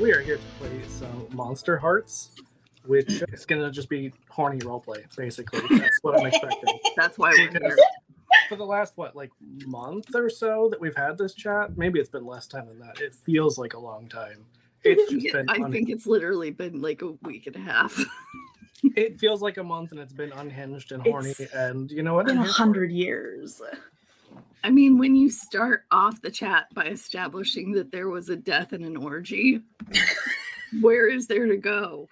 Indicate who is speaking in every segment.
Speaker 1: we are here to play some Monster Hearts, which is gonna just be horny roleplay, basically. That's what I'm expecting.
Speaker 2: That's why we're here.
Speaker 1: For the last what, like month or so that we've had this chat, maybe it's been less time than that. It feels like a long time. It's just been.
Speaker 2: I
Speaker 1: un-
Speaker 2: think it's literally been like a week and a half.
Speaker 1: it feels like a month, and it's been unhinged and horny.
Speaker 3: It's
Speaker 1: and you know what?
Speaker 3: been
Speaker 1: I'm
Speaker 3: a
Speaker 1: here for it.
Speaker 3: hundred years.
Speaker 2: I mean, when you start off the chat by establishing that there was a death and an orgy, where is there to go?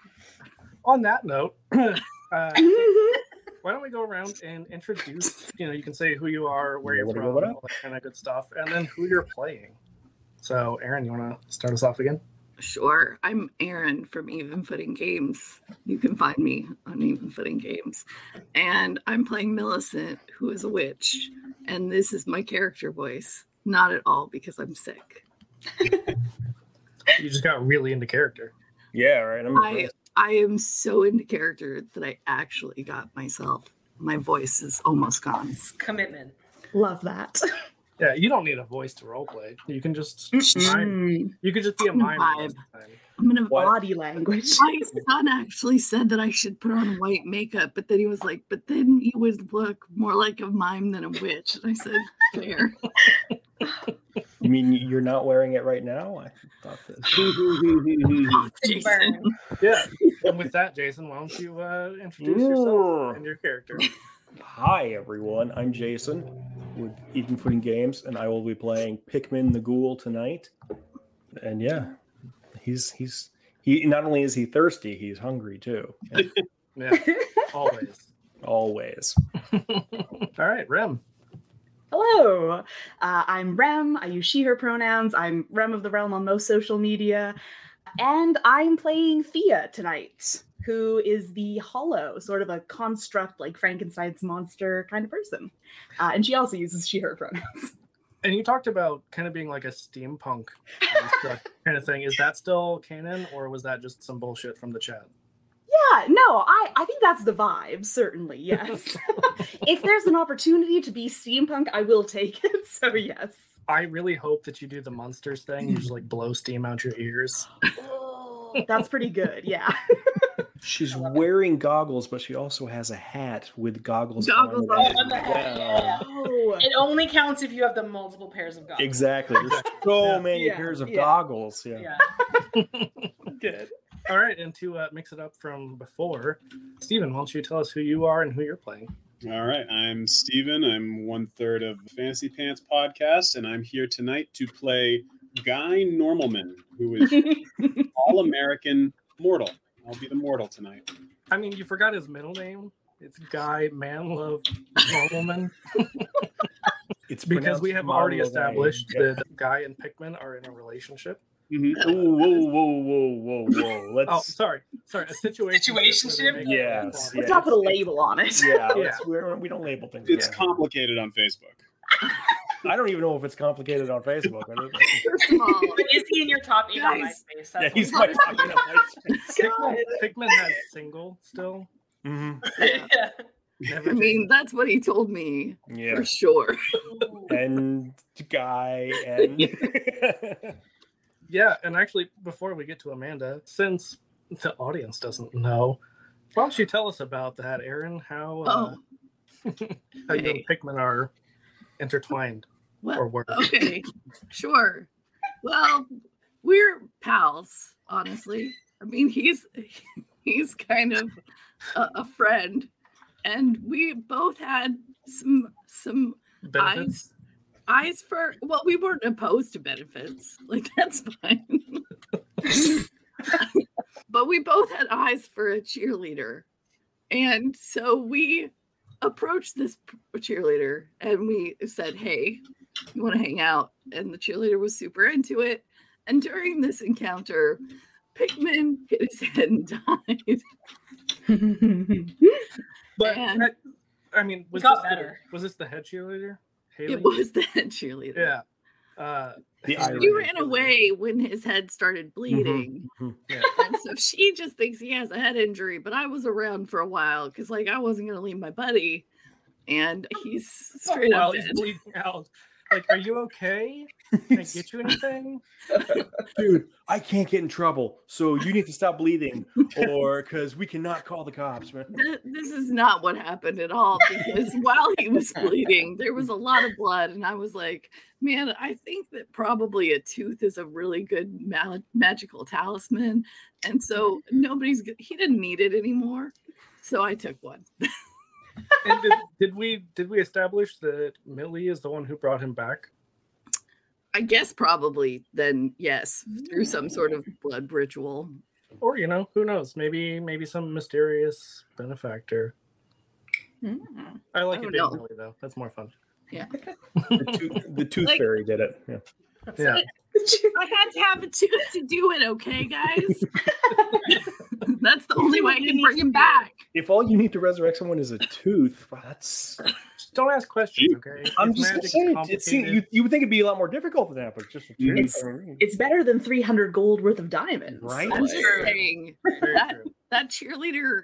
Speaker 1: On that note, uh, why don't we go around and introduce you know you can say who you are where you're
Speaker 4: What
Speaker 1: from
Speaker 4: up, what up?
Speaker 1: all that kind of good stuff and then who you're playing so aaron you want to start us off again
Speaker 2: Sure. I'm Aaron from Even Footing Games. You can find me on Even Footing Games. And I'm playing Millicent, who is a witch. And this is my character voice. Not at all because I'm sick.
Speaker 1: you just got really into character
Speaker 4: Yeah, right. I'm
Speaker 2: I I am so into character that I actually got myself. My voice is almost gone.
Speaker 5: It's commitment.
Speaker 3: Love that.
Speaker 1: yeah you don't need a voice to roleplay you can just mime.
Speaker 3: Mm,
Speaker 1: you could just be a mime most of the time.
Speaker 2: I'm gonna
Speaker 4: What?
Speaker 3: Body language.
Speaker 2: my son actually said that I should put on white makeup, but then he was like, but then you would look more like a mime than a witch. And I said, fair.
Speaker 4: You mean you're not wearing it right now? I thought
Speaker 2: Oh,
Speaker 4: that.
Speaker 2: Jason.
Speaker 5: Burn.
Speaker 1: yeah and with that jason why don't you uh, introduce yourself and your character
Speaker 4: Hi, everyone. I'm Jason with Even Footing Games, and I will be playing Pikmin the Ghoul tonight. And yeah, he's he's he. Not only is he thirsty, he's hungry too.
Speaker 1: yeah always
Speaker 4: Always.
Speaker 1: all right rem
Speaker 3: Hello, uh, I'm Rem. I use she, her pronouns. I'm Rem of the Realm on most social media. And I'm playing Thea tonight, who is the hollow, sort of a construct like Frankenstein's monster kind of person. Uh, and she also uses she, her pronouns.
Speaker 1: and you talked about kind of being like a steampunk kind of thing is that still canon or was that just some bullshit from the chat
Speaker 3: Yeah, no, I, I think that's the vibe, certainly, yes. if there's an opportunity to be steampunk, I will take it. So, yes.
Speaker 1: I really hope that you do the monsters thing. You just like blow steam out your ears.
Speaker 3: That's pretty good, yeah.
Speaker 4: She's
Speaker 5: I love it.
Speaker 4: wearing goggles, but she also has a hat with goggles.
Speaker 2: Goggles
Speaker 4: on. it
Speaker 5: on the
Speaker 4: as
Speaker 5: hat,
Speaker 4: well.
Speaker 5: yeah.
Speaker 3: Oh.
Speaker 5: It only counts if you have the multiple pairs of goggles.
Speaker 4: Exactly. There's so
Speaker 1: Yeah.
Speaker 4: many
Speaker 3: Yeah,
Speaker 4: pairs of
Speaker 3: yeah.
Speaker 4: goggles. Yeah.
Speaker 5: Yeah.
Speaker 3: Good.
Speaker 1: All right, and to uh, mix it up from before, Steven, why don't you tell us who you are and who you're playing?
Speaker 6: All right, I'm Steven. I'm one third of Fantasy Pants podcast, and I'm here tonight to play Guy Normalman, who is all American mortal. I'll be the mortal tonight.
Speaker 1: I mean, you forgot his middle name. It's Guy Manlove Woman
Speaker 4: It's
Speaker 1: because we have
Speaker 4: pronounced
Speaker 1: already
Speaker 4: Marmalade.
Speaker 1: established
Speaker 4: Yeah.
Speaker 1: that Guy and Pikmin are in a relationship.
Speaker 6: Mhm.
Speaker 4: Ooh, whoa, whoa, whoa, whoa, whoa. Let's.
Speaker 1: Oh, sorry, sorry, a situation.
Speaker 5: Situationship?
Speaker 4: Yes,
Speaker 3: Let's
Speaker 4: yes.
Speaker 3: not put a label on it.
Speaker 4: yeah,
Speaker 1: Yeah.
Speaker 4: let's- we're- we don't label things.
Speaker 6: It's
Speaker 4: Yeah.
Speaker 6: complicated on Facebook.
Speaker 4: I don't even know if it's complicated on Facebook. I don't-
Speaker 2: First of all,
Speaker 5: But is he in your top eight on
Speaker 2: Guys.
Speaker 5: MySpace? That's
Speaker 4: yeah, he's
Speaker 5: what-
Speaker 4: my top in my
Speaker 1: Pikmin, Pikmin has single still.
Speaker 4: mm
Speaker 2: yeah.
Speaker 5: yeah.
Speaker 1: Never
Speaker 2: I mean, that's what he told me
Speaker 4: Mm-hmm. Yeah,
Speaker 2: for sure.
Speaker 5: Ooh.
Speaker 4: and guy and
Speaker 1: Yeah, and actually, before we get to Amanda, since the audience doesn't know, why don't you tell us about that, Aaron? How uh,
Speaker 2: Oh,
Speaker 1: how you and
Speaker 2: okay.
Speaker 1: Pikmin are intertwined or
Speaker 2: well,
Speaker 1: work?
Speaker 2: okay, sure. Well, we're pals, honestly. I mean, he's he's kind of a, a friend, and we both had some some
Speaker 1: Benefits?
Speaker 2: eyes for well we weren't opposed to benefits like that's fine but we both had eyes for a cheerleader and so we approached this p- cheerleader and we said hey you want to hang out and the cheerleader was super into it and during this encounter Pikmin hit his head and died.
Speaker 1: But
Speaker 2: and-
Speaker 1: I- I mean, was this,
Speaker 5: got
Speaker 1: the,
Speaker 5: better.
Speaker 1: was this the head cheerleader? Haley?
Speaker 2: It was the head cheerleader.
Speaker 1: Yeah. Uh,
Speaker 4: the irony.
Speaker 2: He ran away when his head started bleeding.
Speaker 1: Mm-hmm, yeah.
Speaker 2: And so she just thinks he has a head injury, but I was around for a while because, like, I wasn't going to leave my buddy. And he's straight
Speaker 1: Oh, Well,
Speaker 2: up
Speaker 1: he's
Speaker 2: dead.
Speaker 1: bleeding out. Like, are you okay? Can I get you anything?
Speaker 4: dude, I can't get in trouble, so you need to stop bleeding, or because we cannot call the cops, man.
Speaker 2: Th- This is not what happened at all because while he was bleeding, there was a lot of blood. And I was like, man, I think that probably a tooth is a really good ma- magical talisman. And so nobody's, g- he didn't need it anymore. So I took one.
Speaker 1: And did, did we did we establish that Millie is the one who brought him back?
Speaker 2: I guess probably then, yes, through some sort of blood ritual.
Speaker 1: Or you know, who knows? Maybe maybe some mysterious benefactor.
Speaker 3: Mm.
Speaker 1: I like
Speaker 2: Hmm. I
Speaker 1: it
Speaker 2: don't
Speaker 1: being
Speaker 2: know.
Speaker 1: Millie though. That's more fun.
Speaker 4: The tooth, the tooth
Speaker 2: Like-
Speaker 4: fairy did it. Yeah.
Speaker 1: Yeah.
Speaker 2: I had to have a tooth to do it, okay, guys? That's the only way I can bring him back.
Speaker 4: If all you need to resurrect someone is a tooth, wow, that's.
Speaker 1: Just don't ask questions, okay?
Speaker 4: I'm
Speaker 1: If
Speaker 4: just
Speaker 1: magic's
Speaker 4: saying, it seems,
Speaker 1: complicated-
Speaker 4: you, you would think it'd be a lot more difficult than that, but it's just a tooth.
Speaker 3: It's-
Speaker 4: I mean,
Speaker 3: It's better than 300 gold worth of diamonds.
Speaker 4: Right?
Speaker 2: I'm just
Speaker 5: True.
Speaker 2: saying
Speaker 1: Very
Speaker 2: that
Speaker 1: true.
Speaker 2: that cheerleader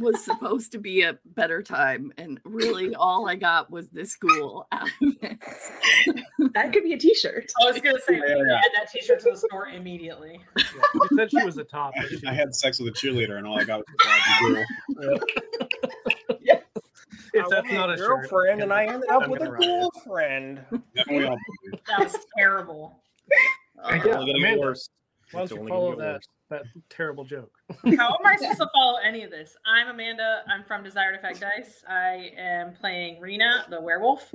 Speaker 2: was supposed to be a better time, and really all I got was this school out of it.
Speaker 3: That could be a t shirt.
Speaker 5: I was gonna say,
Speaker 6: Yeah, yeah, yeah.
Speaker 5: add that T-shirt to the store immediately.
Speaker 1: Yeah. She said she was a top. But she,
Speaker 6: I had sex with a cheerleader, and all I got was a dog and
Speaker 1: if that's
Speaker 4: I
Speaker 1: not a
Speaker 4: was
Speaker 1: shirt,
Speaker 4: girlfriend, and I ended up
Speaker 1: I'm
Speaker 4: with a
Speaker 1: gonna rock it.
Speaker 4: girlfriend.
Speaker 6: a ghoul. Haven't we all been
Speaker 5: That was terrible.
Speaker 1: Yeah,
Speaker 4: Only gonna get
Speaker 1: Amanda,
Speaker 4: worse.
Speaker 1: why don't
Speaker 4: It's
Speaker 1: you
Speaker 4: only
Speaker 1: follow
Speaker 4: gonna get
Speaker 1: that?
Speaker 4: worse.
Speaker 1: that terrible joke.
Speaker 5: How am I supposed to follow any of this? I'm Amanda. I'm from Desired Effect Dice. I am playing Rena, the werewolf.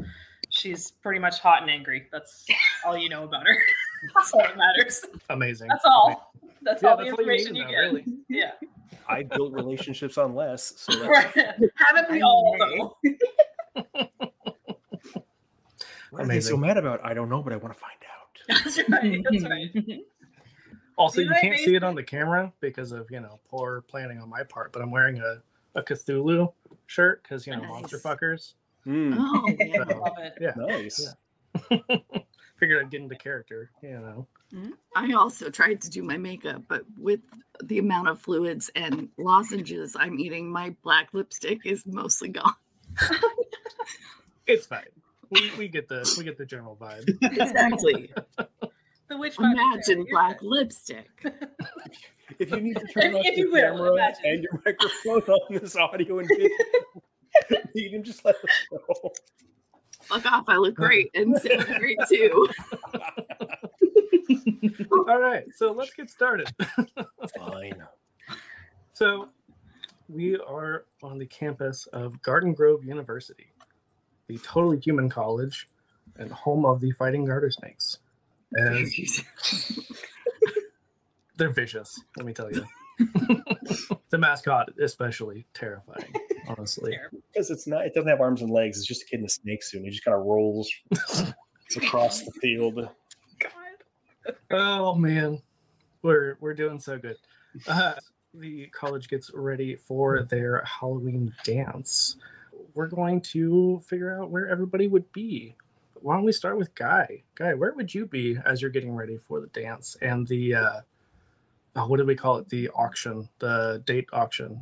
Speaker 5: She's pretty much hot and angry. That's all you know about her. That's all that matters.
Speaker 1: Amazing.
Speaker 5: That's all. That's
Speaker 1: Yeah,
Speaker 5: all the
Speaker 1: that's all you need to
Speaker 5: information you,
Speaker 1: know,
Speaker 5: get.
Speaker 1: really.
Speaker 5: Yeah.
Speaker 4: I built relationships on less, so that's
Speaker 5: Right. Haven't we all
Speaker 3: Okay.
Speaker 5: though?
Speaker 4: what are they so
Speaker 1: Amazing.
Speaker 4: mad about. I don't know, but I want to find out.
Speaker 5: That's right. That's right.
Speaker 1: Also,
Speaker 5: You
Speaker 1: you
Speaker 5: know,
Speaker 1: can't see it on the camera because of you know poor planning on my part. But I'm wearing a, a Cthulhu shirt because you know monster
Speaker 2: Nice.
Speaker 1: fuckers.
Speaker 4: Mm,
Speaker 2: Oh, yeah.
Speaker 1: So
Speaker 5: Love it.
Speaker 4: nice.
Speaker 1: Yeah. figured I'd get into character. You know,
Speaker 2: I also tried to do my makeup, but with the amount of fluids and lozenges I'm eating, my black lipstick is mostly gone.
Speaker 1: it's fine. We, we get the we get the general vibe.
Speaker 2: Exactly.
Speaker 5: The witch. vibe is
Speaker 2: Imagine
Speaker 5: there. You're
Speaker 2: black
Speaker 5: good.
Speaker 2: lipstick.
Speaker 4: If you need to turn off
Speaker 5: If
Speaker 4: your
Speaker 5: you will,
Speaker 4: camera
Speaker 5: imagine.
Speaker 4: and your microphone on this audio and video, you can just let us know.
Speaker 2: Fuck off. I look great and sound great too.
Speaker 1: All right, so let's get started.
Speaker 4: Fine.
Speaker 1: So we are on the campus of Garden Grove University, the totally human college and home of the fighting garter snakes. And they're vicious, let me tell you. the mascot, especially terrifying, honestly.
Speaker 5: Terrible.
Speaker 4: Because it's not. It doesn't have arms and legs. It's just a kid in a snake suit. And he just kind of rolls across the field.
Speaker 1: Oh man, we're we're doing so good. Uh, the college gets ready for their Halloween dance. We're going to figure out where everybody would be. Why don't we start with Guy? Guy, where would you be as you're getting ready for the dance and the uh, oh, what do we call it? The auction, the date auction.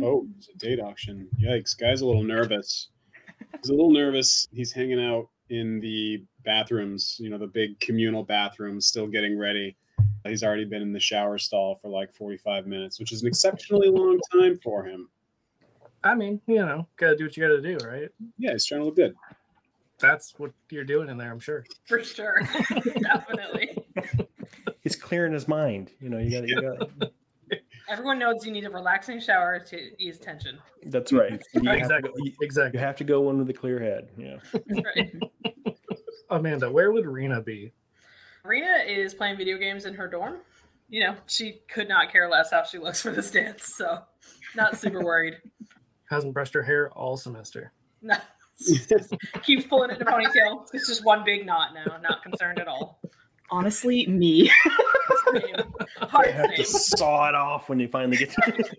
Speaker 6: Oh, it's a date auction. Yikes. Guy's a little nervous. He's a little nervous. He's hanging out in the bathrooms, you know, the big communal bathrooms, still getting ready. He's already been in the shower stall for like 45 minutes, which is an exceptionally long time for him.
Speaker 1: I mean, you know, gotta do what you gotta do, right?
Speaker 6: Yeah, he's trying to look good.
Speaker 1: That's what you're doing in there, I'm sure.
Speaker 5: For sure. Definitely.
Speaker 4: He's clearing his mind. You know. You got. You got.
Speaker 5: Everyone knows you need a relaxing shower to ease tension.
Speaker 4: That's right. You have to
Speaker 1: exactly,
Speaker 4: go- you- you
Speaker 1: exactly.
Speaker 4: have to go in with a clear head. Yeah.
Speaker 5: That's right.
Speaker 1: Amanda, where would Rena be?
Speaker 5: Rena is playing video games in her dorm. You know, she could not care less how she looks for this dance, so not super worried.
Speaker 1: Hasn't brushed her hair all semester.
Speaker 5: No. Keeps pulling it in a ponytail. It's just one big knot now. Not concerned at all.
Speaker 3: Honestly, me.
Speaker 5: Same.
Speaker 4: You
Speaker 5: Hard
Speaker 4: have to
Speaker 5: same.
Speaker 4: saw it off when you finally get to.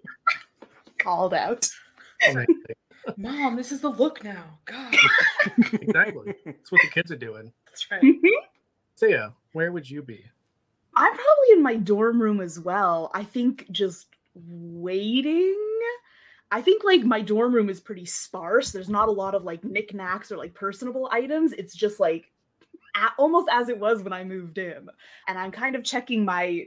Speaker 3: Called out.
Speaker 1: Amazing.
Speaker 5: Mom, this is the look now. God.
Speaker 1: exactly. That's what the kids are doing.
Speaker 5: That's right.
Speaker 1: So yeah, where would you be?
Speaker 3: I'm probably in my dorm room as well. I think just waiting. I think like my dorm room is pretty sparse. There's not a lot of like knickknacks or like personable items. It's just like a- almost as it was when I moved in. And I'm kind of checking my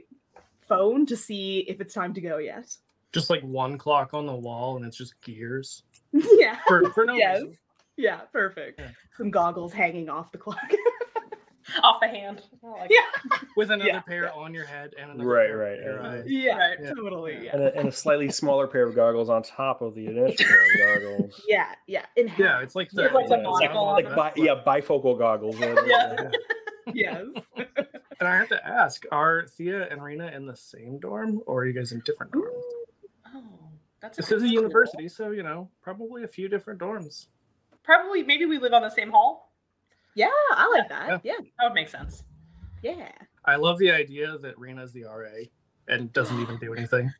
Speaker 3: phone to see if it's time to go yet.
Speaker 1: Just like one clock on the wall, and it's just gears
Speaker 3: yeah.
Speaker 1: for, for no
Speaker 3: Yes.
Speaker 1: reason.
Speaker 3: Yeah, perfect.
Speaker 1: Yeah.
Speaker 3: Some goggles hanging off the clock.
Speaker 5: off the hand. I like
Speaker 3: Yeah.
Speaker 1: With another
Speaker 3: Yeah,
Speaker 1: pair
Speaker 3: yeah.
Speaker 1: on your head and another
Speaker 4: Right,
Speaker 1: pair
Speaker 4: right,
Speaker 1: on your
Speaker 4: right.
Speaker 1: eye.
Speaker 3: yeah,
Speaker 5: Right.
Speaker 3: totally. Yeah.
Speaker 4: and, a, and a slightly smaller pair of goggles on top of the initial pair of goggles.
Speaker 3: Yeah, yeah. In
Speaker 1: Yeah,
Speaker 3: hand.
Speaker 1: it's like the
Speaker 5: Yeah, like
Speaker 4: Yeah,
Speaker 5: the
Speaker 4: it's like,
Speaker 5: monocle on
Speaker 4: like
Speaker 5: the
Speaker 4: bi- yeah, bifocal goggles. or whatever.
Speaker 5: Yeah.
Speaker 3: yes.
Speaker 1: And I have to ask, are Thea and Rena in the same dorm or are you guys in different dorms?
Speaker 5: that. Oh, that's
Speaker 1: This
Speaker 5: good
Speaker 1: is a
Speaker 5: school.
Speaker 1: university, so you know, probably a few different dorms.
Speaker 5: Probably, maybe we live on the same hall.
Speaker 3: Yeah, I like that. Yeah.
Speaker 5: That would make sense.
Speaker 3: Yeah.
Speaker 1: I love the idea that Rena's the RA and doesn't even do anything.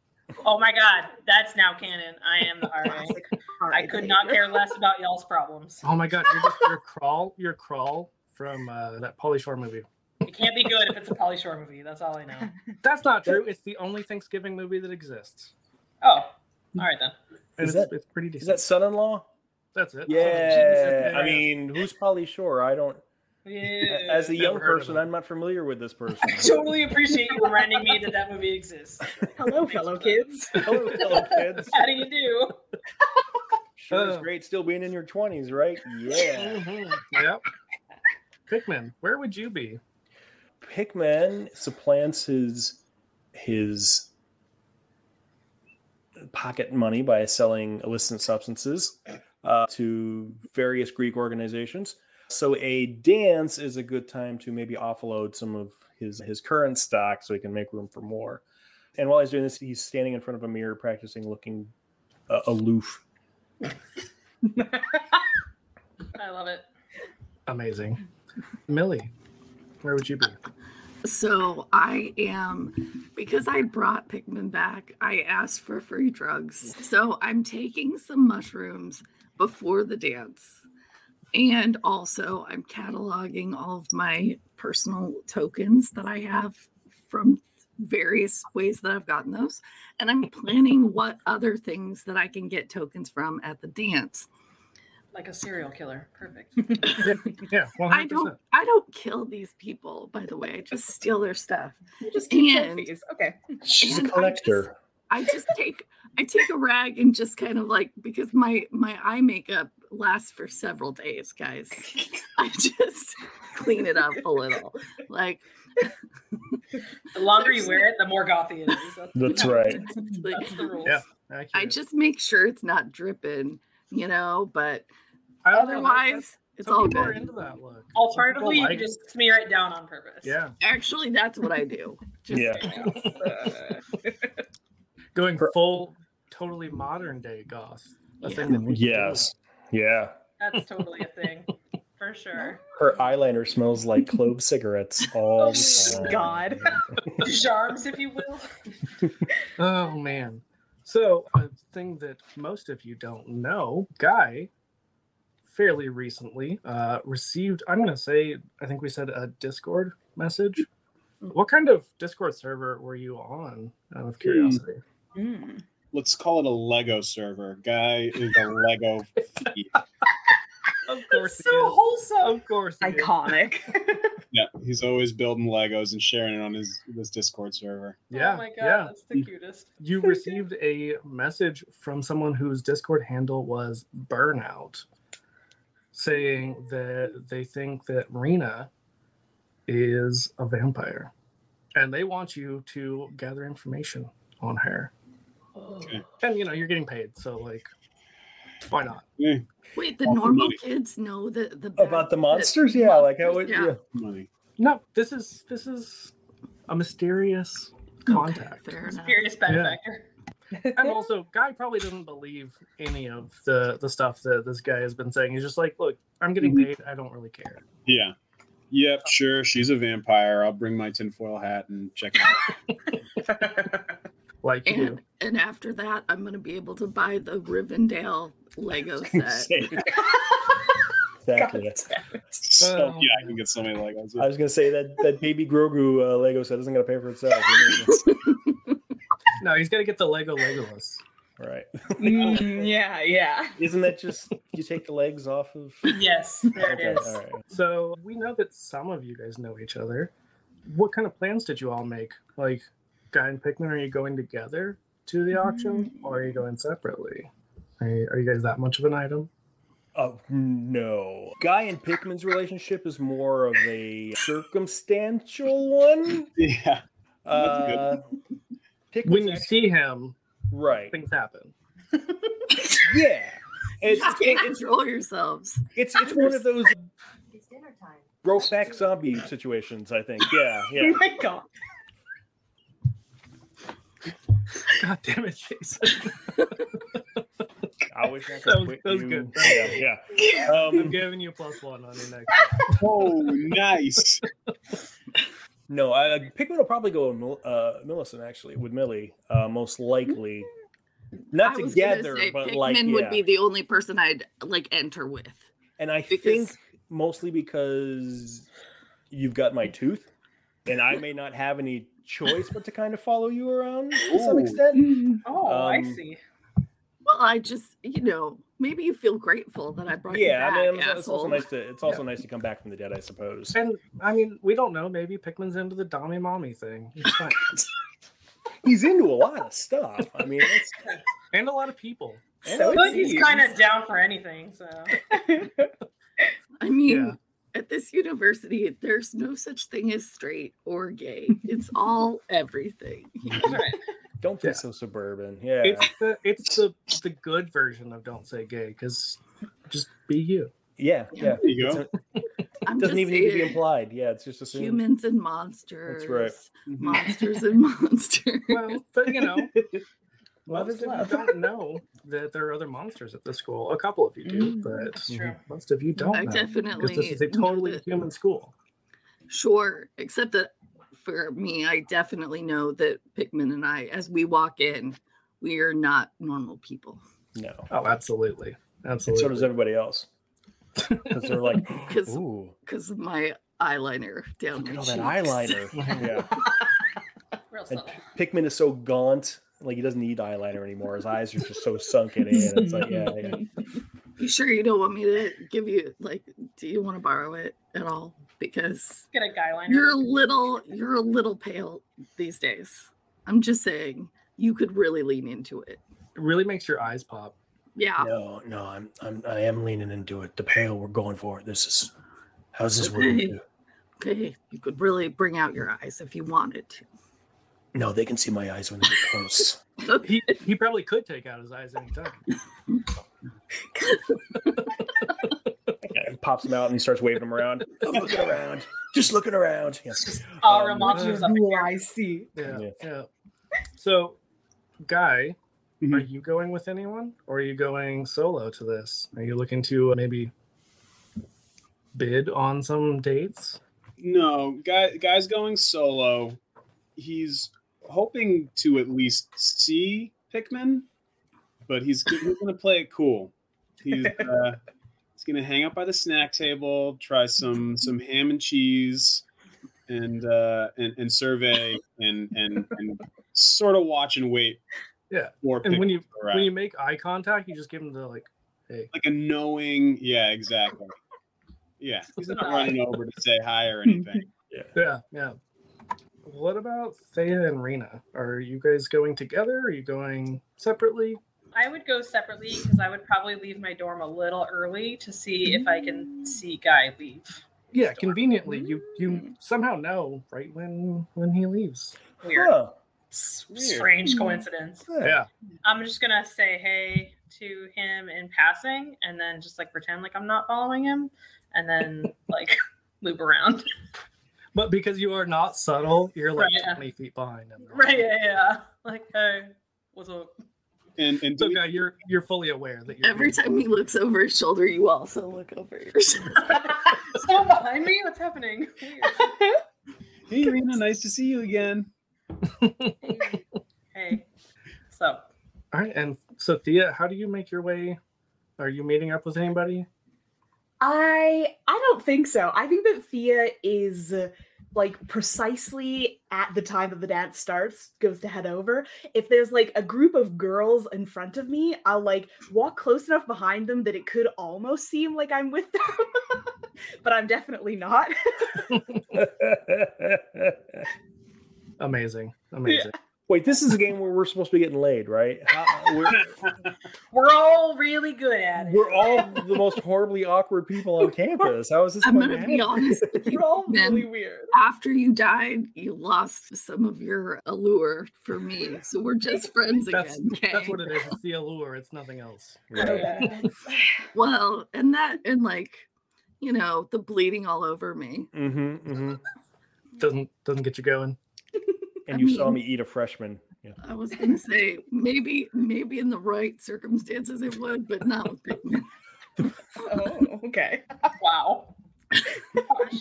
Speaker 5: Oh my god, that's now canon. I am the RA.
Speaker 3: Classic.
Speaker 5: I could not care less about y'all's problems.
Speaker 1: Oh my god, you're just your crawl, your crawl from uh, that Polly Shore movie.
Speaker 5: It can't be good if it's a Polly Shore movie. That's all I know.
Speaker 1: That's not true. It's the only Thanksgiving movie that exists.
Speaker 5: Oh, all right then.
Speaker 1: And
Speaker 4: Is
Speaker 1: it's,
Speaker 4: that-
Speaker 1: it's pretty decent.
Speaker 4: Is that Oh, son-in-law?
Speaker 1: That's it.
Speaker 4: Yeah. I mean, who's Polly Shore? I don't.
Speaker 5: Yeah.
Speaker 4: As a
Speaker 1: Never
Speaker 4: young
Speaker 1: heard of
Speaker 4: person,
Speaker 1: him.
Speaker 4: I'm not familiar with this person.
Speaker 5: I totally appreciate you reminding me that that movie exists.
Speaker 3: Hello, fellow kids.
Speaker 4: Hello, fellow kids.
Speaker 5: How do you do?
Speaker 4: Sure is
Speaker 1: Oh.
Speaker 4: great still being in your 20s, right? Yeah.
Speaker 1: Mhm. Yep. Pikmin, where would you be?
Speaker 4: Pikmin supplants his his pocket money by selling illicit substances uh, to various Greek organizations. So a dance is a good time to maybe offload some of his his current stock so he can make room for more. And while he's doing this, he's standing in front of a mirror, practicing looking uh, aloof.
Speaker 5: I love it.
Speaker 1: Amazing. Millie, where would you be?
Speaker 2: So I am because I brought Pikmin back, I asked for free drugs. So I'm taking some mushrooms before the dance. And also I'm cataloging all of my personal tokens that I have from various ways that I've gotten those. And I'm planning what other things that I can get tokens from at the dance.
Speaker 5: Like a serial killer. Perfect.
Speaker 1: Yeah, 100%.
Speaker 2: I don't I don't kill these people, by the way. I just steal their stuff.
Speaker 3: Just keep
Speaker 2: And-
Speaker 3: trophies. Okay.
Speaker 4: She's a
Speaker 2: And I
Speaker 4: collector.
Speaker 2: I just take I take a rag and just kind of like because my my eye makeup lasts for several days, guys. I just clean it up a little. Like
Speaker 5: The longer you wear it, the more gothy it is. That's,
Speaker 4: That's right.
Speaker 5: That's the rules.
Speaker 1: Yeah. Accurate.
Speaker 2: I just make sure it's not dripping, you know, but
Speaker 1: I don't know, that- that's-
Speaker 2: otherwise it's
Speaker 1: some
Speaker 2: all
Speaker 1: people are
Speaker 2: good.
Speaker 1: into that look. Some people
Speaker 5: Alternatively, you
Speaker 1: like it.
Speaker 5: can just smear it down on purpose.
Speaker 1: yeah,
Speaker 2: Actually, that's what I do. Just
Speaker 4: Yeah.
Speaker 3: Uh,
Speaker 1: going full, totally modern day goth. A
Speaker 2: Yeah.
Speaker 1: thing that we do.
Speaker 4: Yes. Yeah.
Speaker 5: That's totally a thing. For sure.
Speaker 4: Her eyeliner smells like clove cigarettes all the time.
Speaker 3: God.
Speaker 5: Jarms, if you will.
Speaker 1: Oh man. So a thing that most of you don't know, Guy, fairly recently uh, received. I'm gonna say I think we said a Discord message. What kind of Discord server were you on? Out of curiosity.
Speaker 3: mm.
Speaker 6: Let's call it a Lego server. Guy is a Lego. fiend.
Speaker 1: Of
Speaker 5: It's
Speaker 1: he
Speaker 5: so
Speaker 1: is.
Speaker 5: wholesome.
Speaker 1: Of course. he is.
Speaker 3: Iconic.
Speaker 6: Yeah, he's always building Legos and sharing it on his this Discord server.
Speaker 1: Yeah.
Speaker 5: Oh my god,
Speaker 1: Yeah.
Speaker 5: that's the cutest.
Speaker 1: You received a message from someone whose Discord handle was burnout, saying that they think that Rena is a vampire, and they want you to gather information on her. And you know you're getting paid, so like, why not?
Speaker 2: Wait, the
Speaker 6: Awesome
Speaker 2: normal
Speaker 6: money.
Speaker 2: kids know the the
Speaker 4: About the monsters, yeah. Like I would.
Speaker 2: Yeah.
Speaker 4: Yeah.
Speaker 6: Money.
Speaker 1: No, this is this is a mysterious contact.
Speaker 2: fair enough.
Speaker 5: Serious benefactor.
Speaker 1: and also guy probably doesn't believe any of the the stuff that this guy has been saying he's just like look i'm getting paid i don't really care
Speaker 6: Yeah. Yep, sure. She's a vampire. I'll bring my tinfoil hat and check it out.
Speaker 1: like you
Speaker 2: And and after that, I'm gonna be able to buy the Rivendell Lego set.
Speaker 4: Say- exactly.
Speaker 6: So,
Speaker 1: Oh,
Speaker 6: yeah, I
Speaker 1: man.
Speaker 6: can get so many Legos.
Speaker 4: I was gonna say that that baby Grogu uh, Lego set isn't gonna pay for itself. you know?
Speaker 1: no he's got to get the lego legolas
Speaker 4: right?
Speaker 3: Mm, yeah, yeah.
Speaker 4: Isn't that just you take the legs off of?
Speaker 5: Yes, there
Speaker 4: Okay,
Speaker 5: it is.
Speaker 4: all right.
Speaker 1: So we know that some of you guys know each other. What kind of plans did you all make? Like, Guy and Pikmin, are you going together to the auction, or are you going separately? Are you, are you guys that much of an item?
Speaker 4: Oh no, Guy and Pikmin's relationship is more of a circumstantial one.
Speaker 6: Yeah. That's good.
Speaker 4: Uh, Pikmin's
Speaker 1: When you
Speaker 4: act-
Speaker 1: see him,
Speaker 4: right?
Speaker 1: things happen.
Speaker 4: Yeah,
Speaker 2: You
Speaker 4: it's
Speaker 2: can't
Speaker 4: it's
Speaker 2: control yourselves.
Speaker 4: it's, it's one of those
Speaker 7: It's dinner time.
Speaker 4: gross back zombie situations. I think. Yeah, yeah.
Speaker 3: Oh my god.
Speaker 1: God damn it, Jason.
Speaker 4: I wish I could
Speaker 1: That was-
Speaker 4: quit
Speaker 1: that was
Speaker 4: you.
Speaker 1: good.
Speaker 4: Yeah, yeah.
Speaker 1: I'm
Speaker 4: Um,
Speaker 1: giving you plus one on your next.
Speaker 6: Oh, nice.
Speaker 4: no, I, Pikmin will probably go with Mil- uh, Millicent actually with Millie, uh, most likely. Not
Speaker 2: I was gonna
Speaker 4: together,
Speaker 2: say
Speaker 4: but
Speaker 2: Pikmin
Speaker 4: like yeah.
Speaker 2: would be the only person I'd like enter with.
Speaker 4: and I
Speaker 2: because-
Speaker 4: think mostly because you've got my tooth, and I may not have any choice but to kind of follow you around to some
Speaker 2: Mm.
Speaker 6: Ooh.
Speaker 4: extent.
Speaker 5: Oh, I
Speaker 4: Um,
Speaker 5: see.
Speaker 2: Well, I just, you know, maybe you feel grateful that I brought
Speaker 4: Yeah,
Speaker 2: you
Speaker 4: I
Speaker 2: back,
Speaker 4: mean, it's, it's also
Speaker 2: asshole.
Speaker 4: nice to it's also nice to come back from the dead, I suppose.
Speaker 1: And I mean, we don't know. Maybe Pikmin's into the Dommy Mommy thing. It's fine.
Speaker 4: He's into a lot of stuff. I mean, it's,
Speaker 1: and a lot of people.
Speaker 4: and
Speaker 3: So
Speaker 4: I
Speaker 5: But
Speaker 4: like
Speaker 5: he's
Speaker 4: these.
Speaker 5: kind of down for anything, so
Speaker 2: I mean,
Speaker 1: Yeah.
Speaker 2: at this university, there's no such thing as straight or gay. It's all everything.
Speaker 4: don't be
Speaker 1: Yeah.
Speaker 4: so suburban. Yeah,
Speaker 1: It's the it's the the good version of don't say gay because just be you.
Speaker 4: yeah, yeah.
Speaker 6: There you go.
Speaker 4: It's
Speaker 2: I'm
Speaker 4: It doesn't
Speaker 2: just
Speaker 4: even need to be
Speaker 2: saying,
Speaker 4: implied. Yeah, it's just assumed.
Speaker 2: Humans and monsters.
Speaker 4: right. Mm-hmm.
Speaker 6: Mhm.
Speaker 2: Monsters and monsters.
Speaker 1: Well, but you know,
Speaker 3: Love
Speaker 1: love
Speaker 3: is
Speaker 1: is you
Speaker 3: love.
Speaker 1: don't know that there are other monsters at the school. A couple of you do, but
Speaker 5: it's true.
Speaker 1: most of you
Speaker 2: I
Speaker 1: don't know
Speaker 2: definitely
Speaker 1: because this is a
Speaker 2: know
Speaker 1: totally
Speaker 2: that-
Speaker 1: human school.
Speaker 2: Sure, except that for me, I definitely know that Pikmin and I, as we walk in, we are not normal people
Speaker 4: No,
Speaker 1: Oh, absolutely,
Speaker 4: and so does
Speaker 1: absolutely.
Speaker 4: everybody else. Because they're like,
Speaker 2: because
Speaker 4: ooh,
Speaker 2: because of my eyeliner down
Speaker 4: look
Speaker 2: my
Speaker 4: at all that
Speaker 2: cheeks.
Speaker 4: eyeliner. yeah,
Speaker 5: real
Speaker 4: and
Speaker 5: subtle.
Speaker 4: Pikmin is so gaunt. Like he doesn't need eyeliner anymore. His eyes are just so sunken in. It's like, yeah, yeah.
Speaker 2: You sure you don't want me to give you like? Do you want to borrow it at all? Because
Speaker 5: Get a guy liner.
Speaker 2: you're a little you're a little pale these days. I'm just saying you could really lean into it.
Speaker 1: It really makes your eyes pop.
Speaker 2: Yeah.
Speaker 4: No, no, I'm, I'm, I am leaning into it. The pale, we're going for it. This is, how's this
Speaker 2: Okay. Okay. You could really bring out your eyes if you wanted to.
Speaker 4: No, they can see my eyes when they get close.
Speaker 1: He he probably could take out his eyes anytime.
Speaker 4: yeah, he pops them out and he starts waving them around. I'm looking around, just looking around. Yeah.
Speaker 5: Oh,
Speaker 4: Um,
Speaker 5: Ramachi was up
Speaker 3: Who
Speaker 5: here.
Speaker 3: I see.
Speaker 1: Yeah,
Speaker 4: Yeah.
Speaker 1: yeah. So, guy,
Speaker 4: Mm-hmm.
Speaker 1: Are
Speaker 6: Mhm.
Speaker 1: you going with anyone, or are you going solo to this? Are you looking to uh, maybe bid on some dates?
Speaker 6: No, guy, guy's going solo. He's hoping to at least see Pikmin, but he's g- he's gonna play it cool. He's uh, he's gonna hang out by the snack table, try some some ham and cheese, and uh, and, and survey and, and and sort of watch and wait.
Speaker 1: Yeah,
Speaker 6: for
Speaker 1: And when
Speaker 6: Pikmin
Speaker 1: you
Speaker 6: to arrive.
Speaker 1: when you make eye contact, you just give them the like, "Hey,
Speaker 6: like a knowing, yeah, exactly. Yeah, he's not
Speaker 5: Hi.
Speaker 6: running over to say hi or anything.
Speaker 1: yeah, yeah." What about Thea and Rena? Are you guys going together? Are you going separately?
Speaker 5: I would go separately because I would probably leave my dorm a little early to see if I can see Guy leave.
Speaker 1: Yeah, conveniently, you you somehow know right when when he leaves.
Speaker 5: Weird.
Speaker 4: Huh.
Speaker 5: S-
Speaker 6: Weird.
Speaker 5: Strange coincidence.
Speaker 4: Yeah.
Speaker 1: Yeah,
Speaker 5: I'm just gonna say hey to him in passing, and then just like pretend like I'm not following him, and then like loop around.
Speaker 1: but because you are not subtle, you're like
Speaker 5: Right, yeah.
Speaker 1: twenty feet behind him.
Speaker 5: Right? Yeah, yeah. Like, hey, what's up?
Speaker 6: And and
Speaker 1: So,
Speaker 6: do we-
Speaker 1: guy, you're you're fully aware that you're
Speaker 2: Every time he looks over his shoulder, you also look over yours.
Speaker 5: Someone behind me? What's happening? Weird.
Speaker 6: hey, Rena, nice to see you again.
Speaker 5: Hey. hey. So
Speaker 1: All right, and so Thea, how do you make your way? Are you meeting up with anybody?
Speaker 3: I I don't think so. I think that Thea is like precisely at the time that the dance starts goes to head over if there's like a group of girls in front of me i'll like walk close enough behind them that it could almost seem like i'm with them but i'm definitely not
Speaker 1: Amazing. Amazing.
Speaker 4: Wait, this is a game where we're supposed to be getting laid, right? How- we're,
Speaker 5: We're all really good at it.
Speaker 4: we're all the most horribly awkward people on campus. How is this
Speaker 2: I'm
Speaker 4: going
Speaker 2: gonna
Speaker 4: to
Speaker 2: be
Speaker 4: happen?
Speaker 2: honest with you.
Speaker 3: you're all
Speaker 2: Man.
Speaker 3: really weird
Speaker 2: After you died, you lost some of your allure for me. So we're just friends again.
Speaker 1: That's- That's what it is. It's the allure. It's nothing else.
Speaker 4: Right.
Speaker 2: Well, and that and like, you know, the bleeding all over me.
Speaker 4: hmm hmm
Speaker 1: Doesn't doesn't get you going.
Speaker 4: And you saw me eat a freshman. Yeah.
Speaker 2: I was gonna say maybe maybe in the right circumstances it would, but not with Pikmin.
Speaker 3: oh okay
Speaker 5: Wow.
Speaker 1: Hey,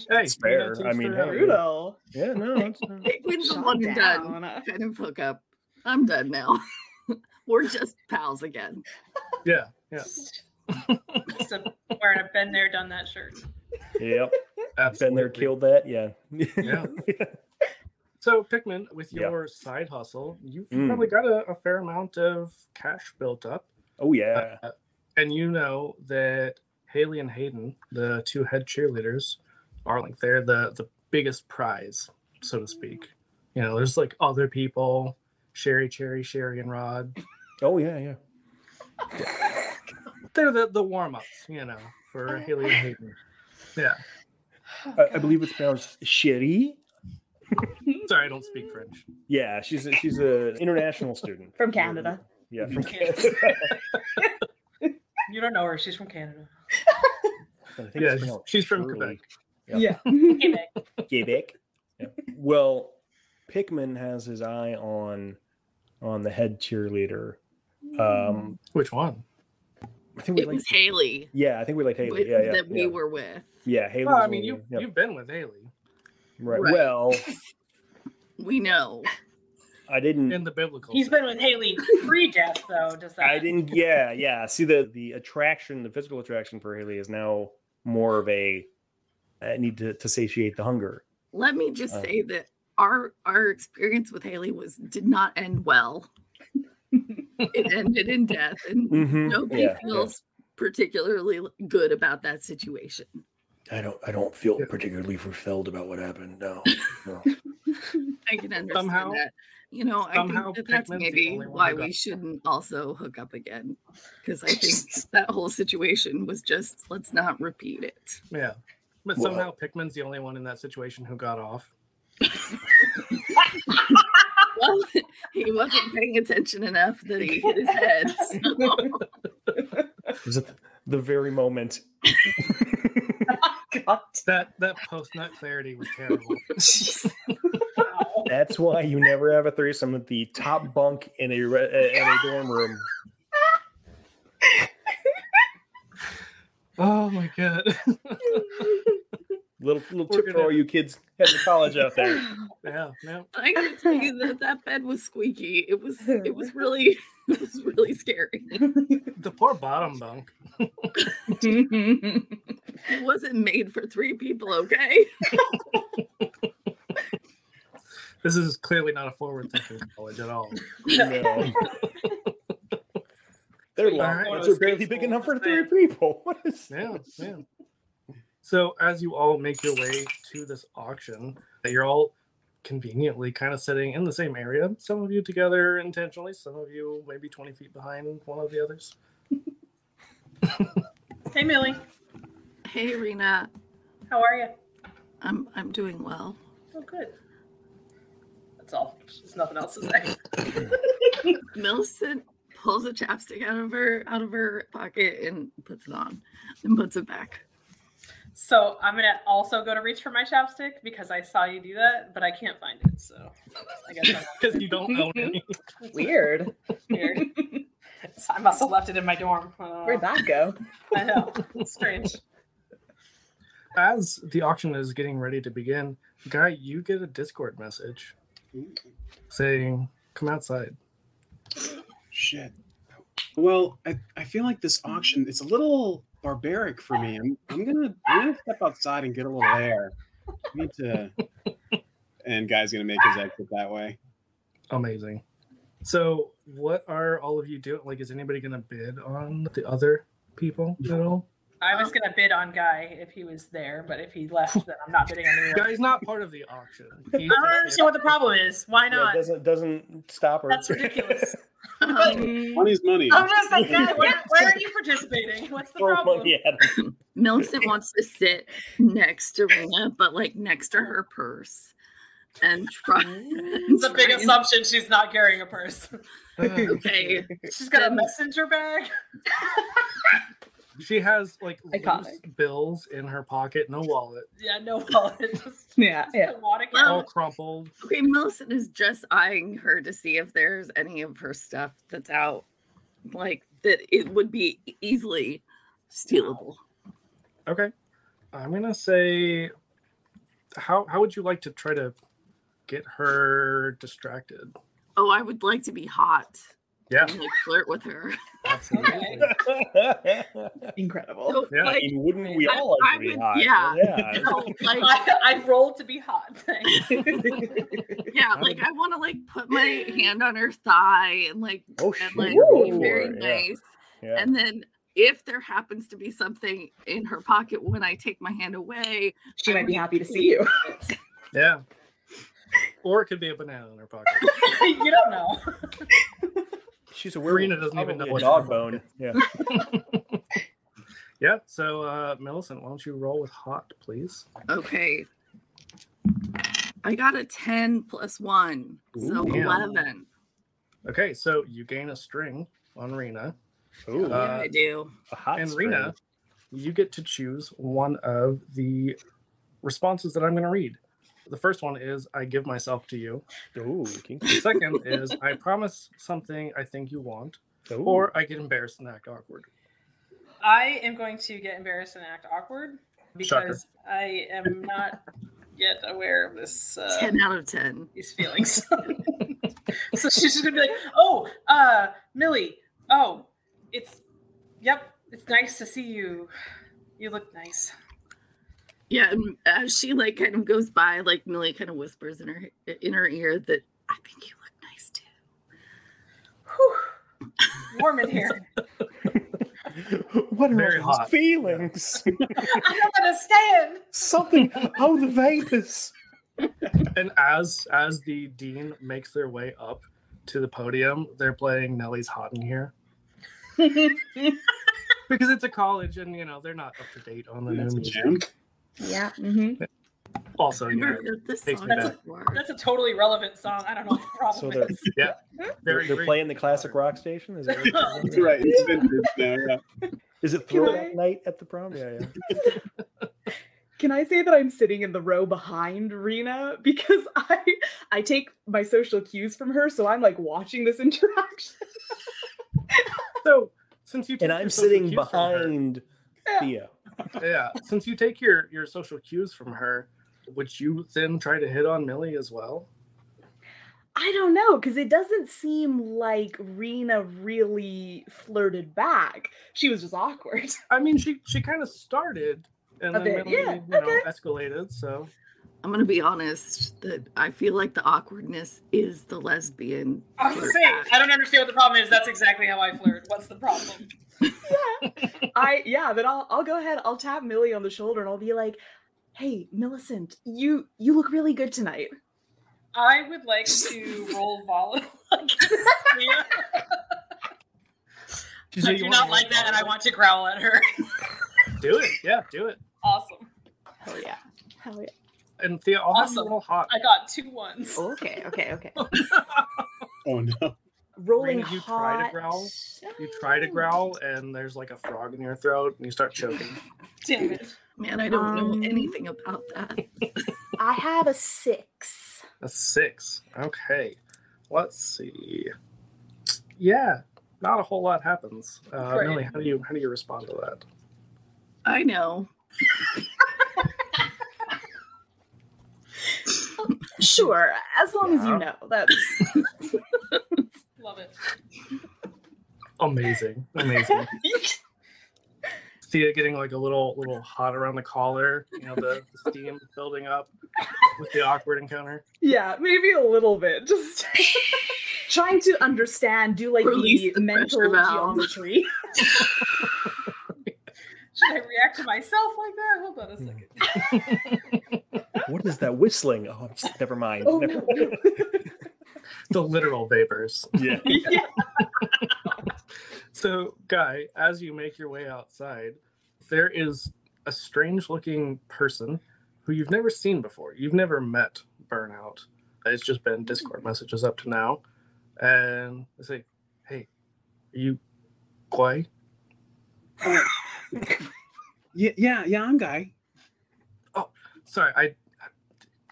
Speaker 4: It's fair.
Speaker 1: you
Speaker 4: I mean,
Speaker 1: know, teach
Speaker 4: hey.
Speaker 1: their own.
Speaker 3: brutal
Speaker 4: Yeah, no, that's,
Speaker 2: Pikmin's the
Speaker 3: Shot
Speaker 2: one and done
Speaker 3: down.
Speaker 2: kind of hookup. I'm done now. We're just pals again.
Speaker 1: yeah, yeah,
Speaker 5: Just a- wearing a been there, done that shirt.
Speaker 4: yep. Been
Speaker 1: absolutely.
Speaker 4: there, killed that. Yeah.
Speaker 1: Yeah. So, Pikmin, with
Speaker 4: Yeah.
Speaker 1: your side hustle, you've
Speaker 4: Mm.
Speaker 1: probably got a, a fair amount of cash built up.
Speaker 4: oh yeah.
Speaker 1: Uh, and you know that Haley and Hayden, the two head cheerleaders, are like they're the the biggest prize, so to speak. You know, there's like other people, Sherry, Cherry, Sherry, and Rod.
Speaker 4: Oh yeah. Yeah.
Speaker 1: They're the the warm ups. You know, for Haley and Hayden. Yeah.
Speaker 4: I, I believe it's pronounced Cherie.
Speaker 1: Sorry, I don't speak French.
Speaker 4: Yeah, she's a, she's an international student
Speaker 3: From Canada.
Speaker 4: Yeah, from
Speaker 5: Canada.
Speaker 4: Canada.
Speaker 5: You don't know her. She's from Canada.
Speaker 4: I think
Speaker 1: Yeah,
Speaker 4: it's
Speaker 1: she's,
Speaker 4: pronounced
Speaker 1: she's from
Speaker 4: Shirley.
Speaker 1: Quebec.
Speaker 3: yeah
Speaker 5: Hey, babe.
Speaker 4: Quebec. Yeah. Well, Pikmin has his eye on on the head cheerleader. Um,
Speaker 1: Which one?
Speaker 4: I
Speaker 2: Mm.
Speaker 4: think we
Speaker 2: It
Speaker 4: like.
Speaker 2: was Haley
Speaker 4: Yeah, I think we like Haley.
Speaker 2: with-
Speaker 4: Yeah, yeah,
Speaker 2: that we
Speaker 4: yeah.
Speaker 2: were with.
Speaker 4: Yeah, Haley.
Speaker 1: Well, I mean, you you've been with Haley
Speaker 4: right.
Speaker 2: Right.
Speaker 4: Well,
Speaker 2: We know.
Speaker 4: I didn't.
Speaker 1: in the biblical.
Speaker 5: He's
Speaker 1: sense.
Speaker 5: been with Haley pre-death, though. Does that?
Speaker 4: I didn't. Yeah, yeah. See, the the attraction, the physical attraction for Haley is now more of a I need to, to satiate the hunger.
Speaker 2: Let me just
Speaker 4: Uh.
Speaker 2: say that our our experience with Haley was did not end well. it ended in death, and
Speaker 4: Mm-hmm.
Speaker 2: nobody feels particularly good about that situation.
Speaker 4: I don't. I don't feel
Speaker 1: Yeah.
Speaker 4: particularly fulfilled about what happened. No. no.
Speaker 2: I can understand
Speaker 1: Somehow-
Speaker 2: that. You know,
Speaker 1: somehow
Speaker 2: I think that
Speaker 1: Pikmin's
Speaker 2: that's
Speaker 1: the
Speaker 2: maybe
Speaker 1: only one
Speaker 2: why
Speaker 1: who got-
Speaker 2: we shouldn't also hook up again, because I think that whole situation was just let's not repeat it.
Speaker 1: Yeah. But
Speaker 4: Well-
Speaker 1: somehow Pikmin's the only one in that situation who got off.
Speaker 2: Well, he wasn't paying attention enough that he hit his head. so-
Speaker 4: Was it the very moment?
Speaker 3: God.
Speaker 1: That that post nut clarity was terrible.
Speaker 4: That's why you never have a threesome with the top bunk in a re- uh, in a dorm room.
Speaker 1: oh my god.
Speaker 4: Little little
Speaker 1: We're
Speaker 4: tip for
Speaker 1: gonna-
Speaker 4: all you kids heading to college out there.
Speaker 1: yeah, yeah.
Speaker 2: I gotta tell you that that bed was squeaky. It was it was really it was really scary.
Speaker 1: The poor bottom bunk.
Speaker 2: It wasn't made for three people, okay?
Speaker 1: This is clearly not a forward thinking college at all.
Speaker 4: No. They're
Speaker 1: All
Speaker 4: long.
Speaker 1: right.
Speaker 4: ones are barely big enough for three people. What is
Speaker 1: Yeah, yeah. So as you all make your way to this auction, that you're all conveniently kind of sitting in the same area. Some of you together intentionally, some of you maybe 20 feet behind one of the others.
Speaker 5: Hey, Millie.
Speaker 2: Hey Rena,
Speaker 5: How are you?
Speaker 2: I'm I'm doing well.
Speaker 5: Oh, good. That's all. There's nothing else to say.
Speaker 2: Millicent pulls a chapstick out of her out of her pocket and puts it on and puts it back.
Speaker 5: So I'm gonna also go to reach for my chapstick because I saw you do that, but I can't find it. So I guess I'm
Speaker 1: Because you don't own any.
Speaker 3: Weird.
Speaker 5: weird. So I must have left it in my dorm. Uh,
Speaker 3: Where'd that go?
Speaker 5: I know. It's strange.
Speaker 1: As the auction is getting ready to begin, Guy, you get a Discord message saying, come outside.
Speaker 6: Shit. Well, I, I feel like this auction it's a little barbaric for me. I'm I'm gonna I'm gonna step outside and get a little air. I need to and Guy's gonna make his exit that way.
Speaker 1: Amazing. So, what are all of you doing? Like, is anybody going to bid on the other people at all?
Speaker 5: I was gonna bid on Guy if he was there, but if he left, then I'm not bidding on anyone.
Speaker 1: Guy's not part of the auction. He's
Speaker 5: I don't
Speaker 1: just-
Speaker 5: understand what the problem is. Why
Speaker 4: Yeah, it
Speaker 5: not?
Speaker 4: doesn't doesn't stop her.
Speaker 5: That's ridiculous.
Speaker 2: Um,
Speaker 6: Money's money.
Speaker 5: I'm just like, Guy, where, where are you participating? What's the
Speaker 4: Throw
Speaker 5: problem?
Speaker 4: money at her.
Speaker 2: Millicent wants to sit next to Rena, but like next to her purse, and try.
Speaker 5: It's a big assumption she's not carrying a purse.
Speaker 2: Okay,
Speaker 5: She's got a
Speaker 2: Um,
Speaker 5: messenger bag.
Speaker 1: she has like loose
Speaker 3: Iconic.
Speaker 1: bills in her pocket, no wallet,
Speaker 5: Yeah, no wallet. Just,
Speaker 3: Yeah,
Speaker 5: just
Speaker 3: yeah.
Speaker 5: a wad of
Speaker 1: all
Speaker 5: cash.
Speaker 1: crumpled.
Speaker 2: okay. Millicent is just eyeing her to see if there's any of her stuff that's out, like that it would be e-, easily stealable.
Speaker 1: Okay. I'm going to say, how, how would you like to try to get her distracted?
Speaker 2: Oh, I would like to be hot.
Speaker 1: Yeah,
Speaker 2: And, like flirt with her.
Speaker 1: absolutely.
Speaker 3: Incredible.
Speaker 2: So,
Speaker 1: Yeah.
Speaker 2: like,
Speaker 4: And wouldn't we
Speaker 2: I-
Speaker 4: all like
Speaker 2: I
Speaker 4: to be
Speaker 2: would-
Speaker 4: hot?
Speaker 2: yeah.
Speaker 4: yeah.
Speaker 2: no, like
Speaker 5: I, I rolled to be hot. Thanks.
Speaker 2: yeah, like I want to like put my hand on her thigh and like
Speaker 4: Oh,
Speaker 2: and like
Speaker 4: sure,
Speaker 2: be very
Speaker 4: yeah.
Speaker 2: nice.
Speaker 4: Yeah.
Speaker 2: And then if there happens to be something in her pocket when I take my hand away,
Speaker 3: She might be happy to see you.
Speaker 1: yeah. Or it could be a banana in her pocket.
Speaker 5: you don't know.
Speaker 4: She's a werewolf.
Speaker 1: Rena doesn't even know
Speaker 4: Probably a
Speaker 1: what's
Speaker 4: dog
Speaker 1: in her
Speaker 4: bone. Yeah.
Speaker 1: Yeah. So, uh, Millicent, why don't you roll with hot, please?
Speaker 2: okay. I got a 10 plus 1, so
Speaker 1: Ooh. Yeah.
Speaker 2: 11.
Speaker 1: Okay. So you gain a string on Rena,
Speaker 4: Ooh,
Speaker 1: Uh,
Speaker 2: yeah, I do.
Speaker 4: a hot
Speaker 1: and
Speaker 4: spring.
Speaker 1: Rena, you get to choose one of the responses that I'm going to read. The first one is I give myself to you.
Speaker 4: Ooh, kinky.
Speaker 1: The second is I promise something I think you want,
Speaker 4: Ooh.
Speaker 1: or I get embarrassed and act awkward.
Speaker 5: I am going to get embarrassed and act awkward because I am not yet aware of this uh,
Speaker 2: 10 out of 10.
Speaker 5: these feelings. so she's just gonna be like, "Oh, uh, Millie, oh, it's, yep, it's nice to see you. You look nice."
Speaker 2: Yeah, and as she like kind of goes by, like Millie kind of whispers in her in her ear that I think you look nice too.
Speaker 5: Whew. Warm in here.
Speaker 4: what are
Speaker 1: Very
Speaker 4: those
Speaker 1: hot.
Speaker 4: feelings?
Speaker 5: I don't understand.
Speaker 4: Something. Oh, the vapors.
Speaker 1: And as as the dean makes their way up to the podium, they're playing Nelly's Hot in Here because it's a college, and you know they're not up to date on the new
Speaker 6: That's a
Speaker 1: music.
Speaker 6: gem.
Speaker 3: yeah. hmm
Speaker 2: Mm-hmm.
Speaker 1: Also, you know,
Speaker 2: Remember that this
Speaker 1: Oh, takes
Speaker 2: song
Speaker 1: me
Speaker 2: is
Speaker 1: back.
Speaker 2: for-
Speaker 5: That's a totally relevant song. I don't know what the problem
Speaker 4: So they're-
Speaker 5: is.
Speaker 4: They're, they're
Speaker 1: great.
Speaker 4: playing the classic rock station. Is, that what it
Speaker 6: That's
Speaker 4: is?
Speaker 6: right. It's vintage now. Yeah.
Speaker 4: is it throwback night at the prom? Yeah, yeah.
Speaker 3: Can I say that I'm sitting in the row behind Rena because I I take my social cues from her, so I'm like watching this interaction.
Speaker 1: So since you
Speaker 4: And
Speaker 1: took
Speaker 4: I'm
Speaker 1: your social
Speaker 4: sitting
Speaker 1: cues from her-
Speaker 4: behind Thea.
Speaker 1: yeah, since you take your your social cues from her, would you then try to hit on Millie as well?
Speaker 3: I don't know because it doesn't seem like Rena really flirted back. She was just awkward.
Speaker 1: I mean, she she kind of started and
Speaker 3: A
Speaker 1: then
Speaker 3: bit,
Speaker 1: Millie,
Speaker 3: yeah,
Speaker 1: you know,
Speaker 3: okay.
Speaker 1: escalated. So
Speaker 2: I'm gonna be honest that I feel like the awkwardness is the lesbian.
Speaker 5: I was
Speaker 2: flirt
Speaker 5: gonna say,
Speaker 2: act.
Speaker 5: I don't understand what the problem is. That's exactly how I flirt. What's the problem?
Speaker 3: I yeah, then I'll I'll go ahead. I'll tap Millie on the shoulder and I'll be like, "Hey, Millicent, you you look really good tonight."
Speaker 5: I would like to roll volatile. Yeah. I do not like that, and I want to growl at her.
Speaker 1: do it. Yeah, do it.
Speaker 5: awesome.
Speaker 3: Hell yeah, hell yeah.
Speaker 1: And Thea, I'll have you
Speaker 5: Awesome.
Speaker 1: roll hot.
Speaker 5: I got two ones.
Speaker 3: Okay, okay, okay.
Speaker 6: Oh no.
Speaker 3: Rolling
Speaker 1: Rena, you
Speaker 3: hot.
Speaker 1: try to growl? You try to growl, and there's like a frog in your throat, and you start choking.
Speaker 5: Damn it.
Speaker 2: Man, I don't
Speaker 3: Um,
Speaker 2: know anything about that.
Speaker 3: I have a six.
Speaker 1: A six. Okay. Let's see. Yeah, not a whole lot happens. Uh,
Speaker 5: Right.
Speaker 1: Millie, how do you how do you respond to that?
Speaker 2: I know.
Speaker 3: Sure, as long as
Speaker 1: Yeah.
Speaker 3: you know. That's
Speaker 5: Love it.
Speaker 1: Amazing, amazing. Thea getting like a little little hot around the collar. You know the, the steam building up. with the awkward encounter.
Speaker 3: Yeah, maybe a little bit. Just trying to understand, do like
Speaker 2: Release
Speaker 3: the
Speaker 2: the
Speaker 3: mental
Speaker 2: pressure valve.
Speaker 3: geometry.
Speaker 5: Should I react to myself like that? Hold on a second.
Speaker 4: What is that whistling? Oh, it's, never mind.
Speaker 3: Oh
Speaker 4: Never-
Speaker 3: no. no.
Speaker 1: The literal vapors.
Speaker 4: Yeah.
Speaker 3: yeah.
Speaker 1: So, Guy, as you make your way outside, there is a strange looking person who you've never seen before. You've never met Burnout. It's just been Discord messages up to now. And they say, Hey, are you Guy?
Speaker 6: Yeah, yeah, yeah. I'm Guy.
Speaker 1: Sorry, I.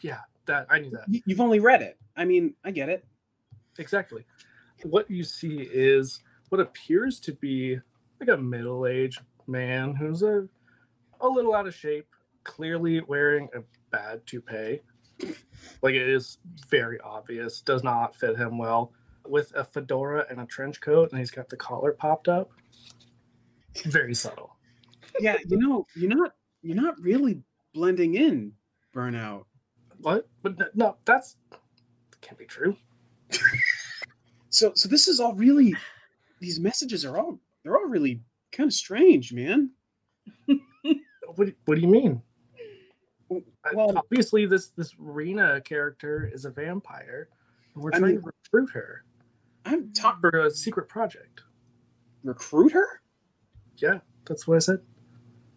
Speaker 1: Yeah, that I knew that.
Speaker 6: Y- You've only read it. I mean, I get it.
Speaker 1: Exactly. What you see is what appears to be like a middle aged man who's a, a little out of shape, clearly wearing a bad toupee. Like it is very obvious, does not fit him well, with a fedora and a trench coat, and he's got the collar popped up. Very subtle.
Speaker 6: Yeah, you know, you're not you're not really blending in. Burnout.
Speaker 1: What? But n- no, that's can't be true.
Speaker 6: So so this is all really. These messages are all they're all really kind of strange, man.
Speaker 1: What, do- what do you mean?
Speaker 6: W-
Speaker 1: I-
Speaker 6: well-
Speaker 1: obviously, this this Rena character is a vampire, and we're
Speaker 6: I
Speaker 1: trying to recruit her
Speaker 6: I'm talk
Speaker 1: for a secret project.
Speaker 6: recruit her.
Speaker 1: Yeah, that's what I said.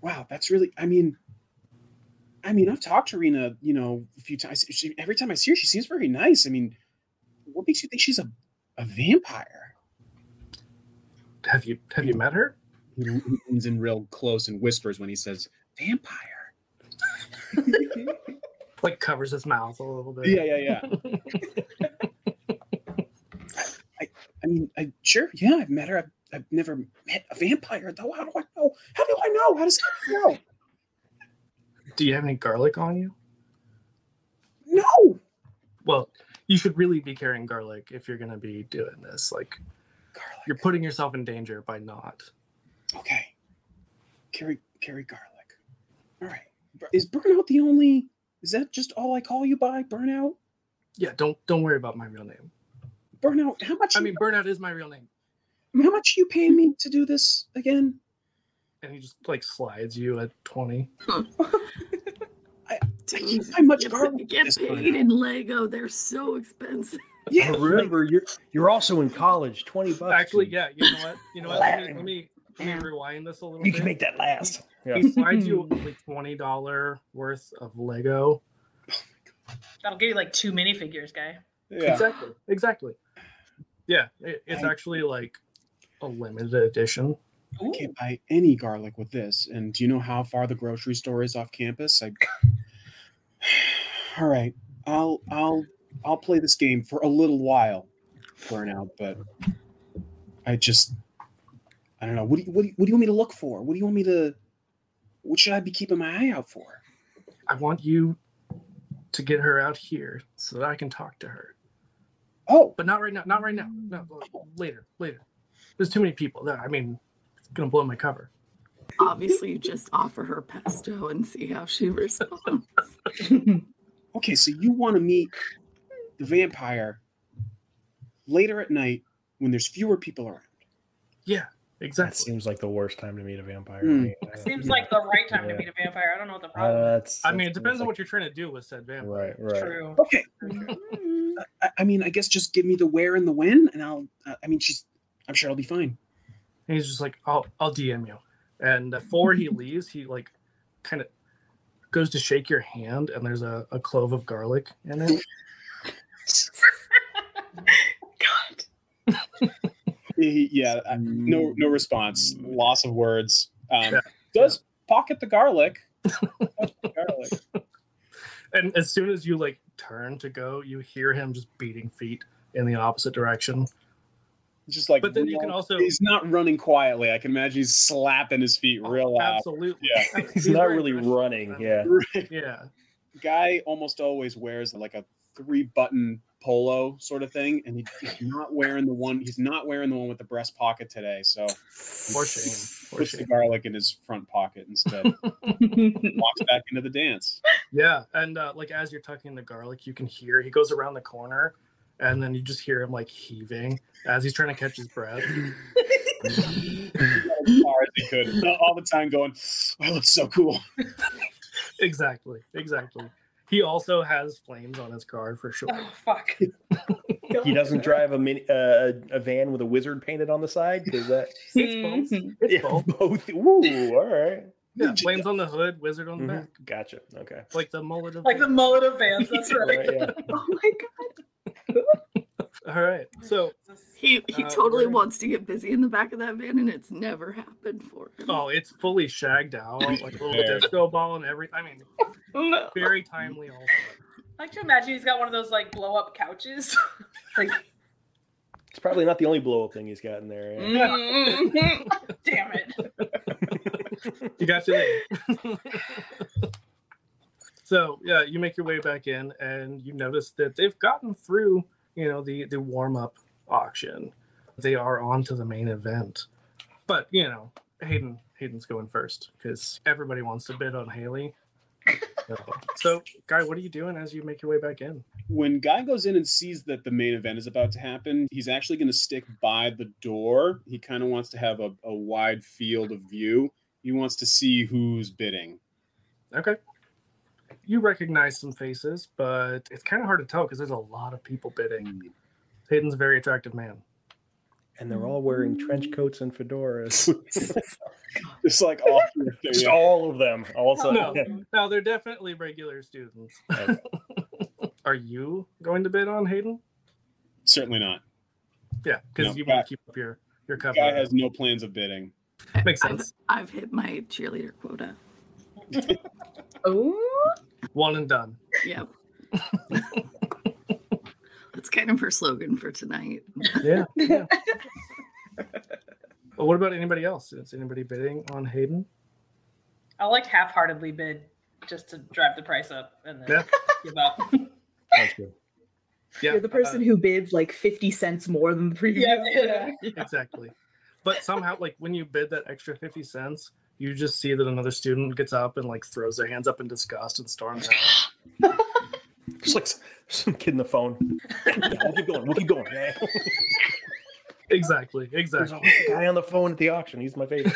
Speaker 6: wow, that's really. I mean, I mean, I've talked to Rena, you know, a few times. She, every time I see her, she seems very nice. I mean, what makes you think she's a, a vampire?
Speaker 1: Have you have you met her?
Speaker 6: He leans in real close and whispers when he says vampire.
Speaker 1: Like covers his mouth a little bit.
Speaker 6: Yeah, yeah, yeah. I, I mean, I sure, yeah, I've met her. I've, I've never met a vampire though. How do I know? How do I know? How does it know?
Speaker 1: Do you have any garlic on you?
Speaker 6: No,
Speaker 1: Well, you should really be carrying garlic if you're gonna be doing this. Like
Speaker 6: garlic.
Speaker 1: you're putting yourself in danger by not.
Speaker 6: Okay. Carry carry garlic. All right. Bur- Is burnout the only? Is that just all I call you by? Burnout.
Speaker 1: Yeah, don't don't worry about my real name.
Speaker 6: Burnout. How much?
Speaker 1: I mean, burnout is my real name.
Speaker 6: how much you pay me to do this again?
Speaker 1: And he just like slides you at twenty.
Speaker 6: I can't find much
Speaker 2: If
Speaker 6: garlic.
Speaker 2: they get
Speaker 6: this time.
Speaker 2: paid in Lego. They're so expensive.
Speaker 6: Yeah.
Speaker 4: But remember, you're you're also in college. Twenty bucks.
Speaker 1: Actually,
Speaker 4: dude.
Speaker 1: yeah. You know what? You know what? Let me let me, let me rewind this a little.
Speaker 4: You
Speaker 1: bit.
Speaker 4: can make that last. Yeah.
Speaker 1: He slides you like twenty dollar worth of Lego.
Speaker 5: That'll give you like two minifigures, guy.
Speaker 8: Yeah.
Speaker 1: Exactly. Exactly. Yeah, it, it's
Speaker 6: I-
Speaker 1: actually like a limited edition.
Speaker 6: I can't buy any garlic with this. And do you know how far the grocery store is off campus? I. All right. I'll I'll I'll play this game for a little while, burnout. But I just I don't know. What do you what do you, what do you want me to look for? What do you want me to? What should I be keeping my eye out for?
Speaker 1: I want you to get her out here so that I can talk to her.
Speaker 6: Oh,
Speaker 1: But not right now. Not right now. No, later. Later. There's too many people. No, I mean, it's gonna blow my cover.
Speaker 2: obviously you just offer her pesto and see how she responds.
Speaker 6: okay. So you want to meet the vampire later at night when there's fewer people around.
Speaker 1: Yeah.
Speaker 4: That
Speaker 1: Exactly.
Speaker 4: seems like the worst time to meet a vampire.
Speaker 6: Hmm.
Speaker 4: right? I don't-
Speaker 5: Seems like the right time
Speaker 4: Yeah.
Speaker 5: to meet a vampire. I don't know what the
Speaker 4: Uh,
Speaker 5: problem
Speaker 4: that's,
Speaker 1: I mean, it
Speaker 4: that's-
Speaker 1: depends on
Speaker 4: like-
Speaker 1: what you're trying to do with said vampire.
Speaker 4: Right,
Speaker 5: is.
Speaker 4: right.
Speaker 5: True.
Speaker 6: Okay. I, I mean, I guess just give me the where and the when, and I'll. Uh, I mean, she's. I'm sure I'll be fine.
Speaker 1: And he's just like, I'll, I'll DM you. And before he leaves, he like kind of goes to shake your hand, and there's a, a clove of garlic in it.
Speaker 8: He- yeah. I- No, no response. Loss of words. Um,
Speaker 1: Mm. Yeah.
Speaker 8: Does pocket the garlic. Pocket the garlic.
Speaker 1: And as soon as you like turn to go, you hear him just beating feet in the opposite direction.
Speaker 8: Just like.
Speaker 1: But then you
Speaker 8: real-
Speaker 1: can also
Speaker 8: He's not running quietly. I can imagine he's slapping his feet
Speaker 1: Oh,
Speaker 8: real loud.
Speaker 1: absolutely.
Speaker 8: Yeah.
Speaker 4: He's not really running. Yeah.
Speaker 1: Yeah.
Speaker 8: Guy almost always wears like a three button
Speaker 6: polo sort of thing, and he- he's not wearing the one. He's not wearing the one with the breast pocket today. So
Speaker 1: For shame. For
Speaker 6: puts the
Speaker 1: shame.
Speaker 6: garlic in his front pocket instead. Walks back into the dance.
Speaker 1: Yeah, and uh, like as you're tucking the garlic, you can hear he goes around the corner, and then you just hear him like heaving as he's trying to catch his breath.
Speaker 6: As far as he could, all the time going. I look so cool.
Speaker 1: exactly, exactly. He also has flames on his car for sure.
Speaker 5: Oh fuck.
Speaker 4: He doesn't drive a mini, uh, a van with a wizard painted on the side because that
Speaker 1: It's
Speaker 5: Mm-hmm.
Speaker 1: both.
Speaker 3: Mhm.
Speaker 1: It's both.
Speaker 4: both. Ooh, all right.
Speaker 1: Yeah, flames on the hood, wizard on the
Speaker 4: Mhm.
Speaker 1: back,
Speaker 4: Gotcha. Okay.
Speaker 1: like the mullet of
Speaker 5: Like the mullet of Vans. That's
Speaker 4: All
Speaker 5: right.
Speaker 4: right, yeah.
Speaker 3: Oh my god.
Speaker 1: All right, so
Speaker 2: He he
Speaker 1: Uh,
Speaker 2: totally
Speaker 1: we're-
Speaker 2: wants to get busy in the back of that van, and it's never happened for him.
Speaker 1: oh, it's fully shagged out, like a little
Speaker 6: Fair.
Speaker 1: disco ball and everything. I mean,
Speaker 3: Oh no.
Speaker 1: very timely. Also,
Speaker 5: I like to imagine he's got one of those like blow up couches. like,
Speaker 4: It's probably not the only blow up thing he's got in there. yeah.
Speaker 3: Mhm.
Speaker 5: Mm-hmm. damn it.
Speaker 1: you got your name. so yeah, you make your way back in, and you notice that they've gotten through, you know, the the warm up auction. They are on to the main event, but you know, Hayden Hayden's going first because everybody wants to bid on Haley. So- so, guy, what are you doing as you make your way back in?
Speaker 6: when guy goes in and sees that the main event is about to happen he's actually going to stick by the door he kind of wants to have a, a wide field of view he wants to see who's bidding
Speaker 1: Okay. You recognize some faces, but it's kind of hard to tell because there's a lot of people bidding. Hayden's a very attractive man.
Speaker 4: And they're all wearing trench coats and fedoras.
Speaker 6: it's like all through there,
Speaker 4: Just
Speaker 6: yeah.
Speaker 4: all of them. Also,
Speaker 1: No. No, they're definitely regular students.
Speaker 4: Okay.
Speaker 1: Are you going to bid on Hayden?
Speaker 6: certainly not
Speaker 1: Yeah, because
Speaker 6: No,
Speaker 1: you want
Speaker 6: guy-
Speaker 1: to keep up your your cover.
Speaker 6: guy has no plans of bidding
Speaker 1: Makes
Speaker 2: I've-
Speaker 1: sense.
Speaker 2: I've hit my cheerleader quota.
Speaker 3: Oh.
Speaker 1: One and done.
Speaker 2: Yep. That's kind of her slogan for tonight.
Speaker 1: Yeah. but what about anybody else? Is anybody bidding on Hayden?
Speaker 5: I like half heartedly bid just to drive the price up and then
Speaker 1: Yeah.
Speaker 5: give up.
Speaker 4: That's good.
Speaker 1: Yeah, uh,
Speaker 3: You're the person who bids like 50 cents more than the previous.
Speaker 5: yeah.
Speaker 1: exactly. But somehow, like when you bid that extra fifty cents, you just see that another student gets up and like throws their hands up in disgust and storms out.
Speaker 4: Just like s- some kid in the phone. Yeah, we'll keep going. We'll keep going. Yeah.
Speaker 1: exactly,
Speaker 4: There's
Speaker 1: exactly.
Speaker 4: always a guy on the phone at the auction. He's my favorite.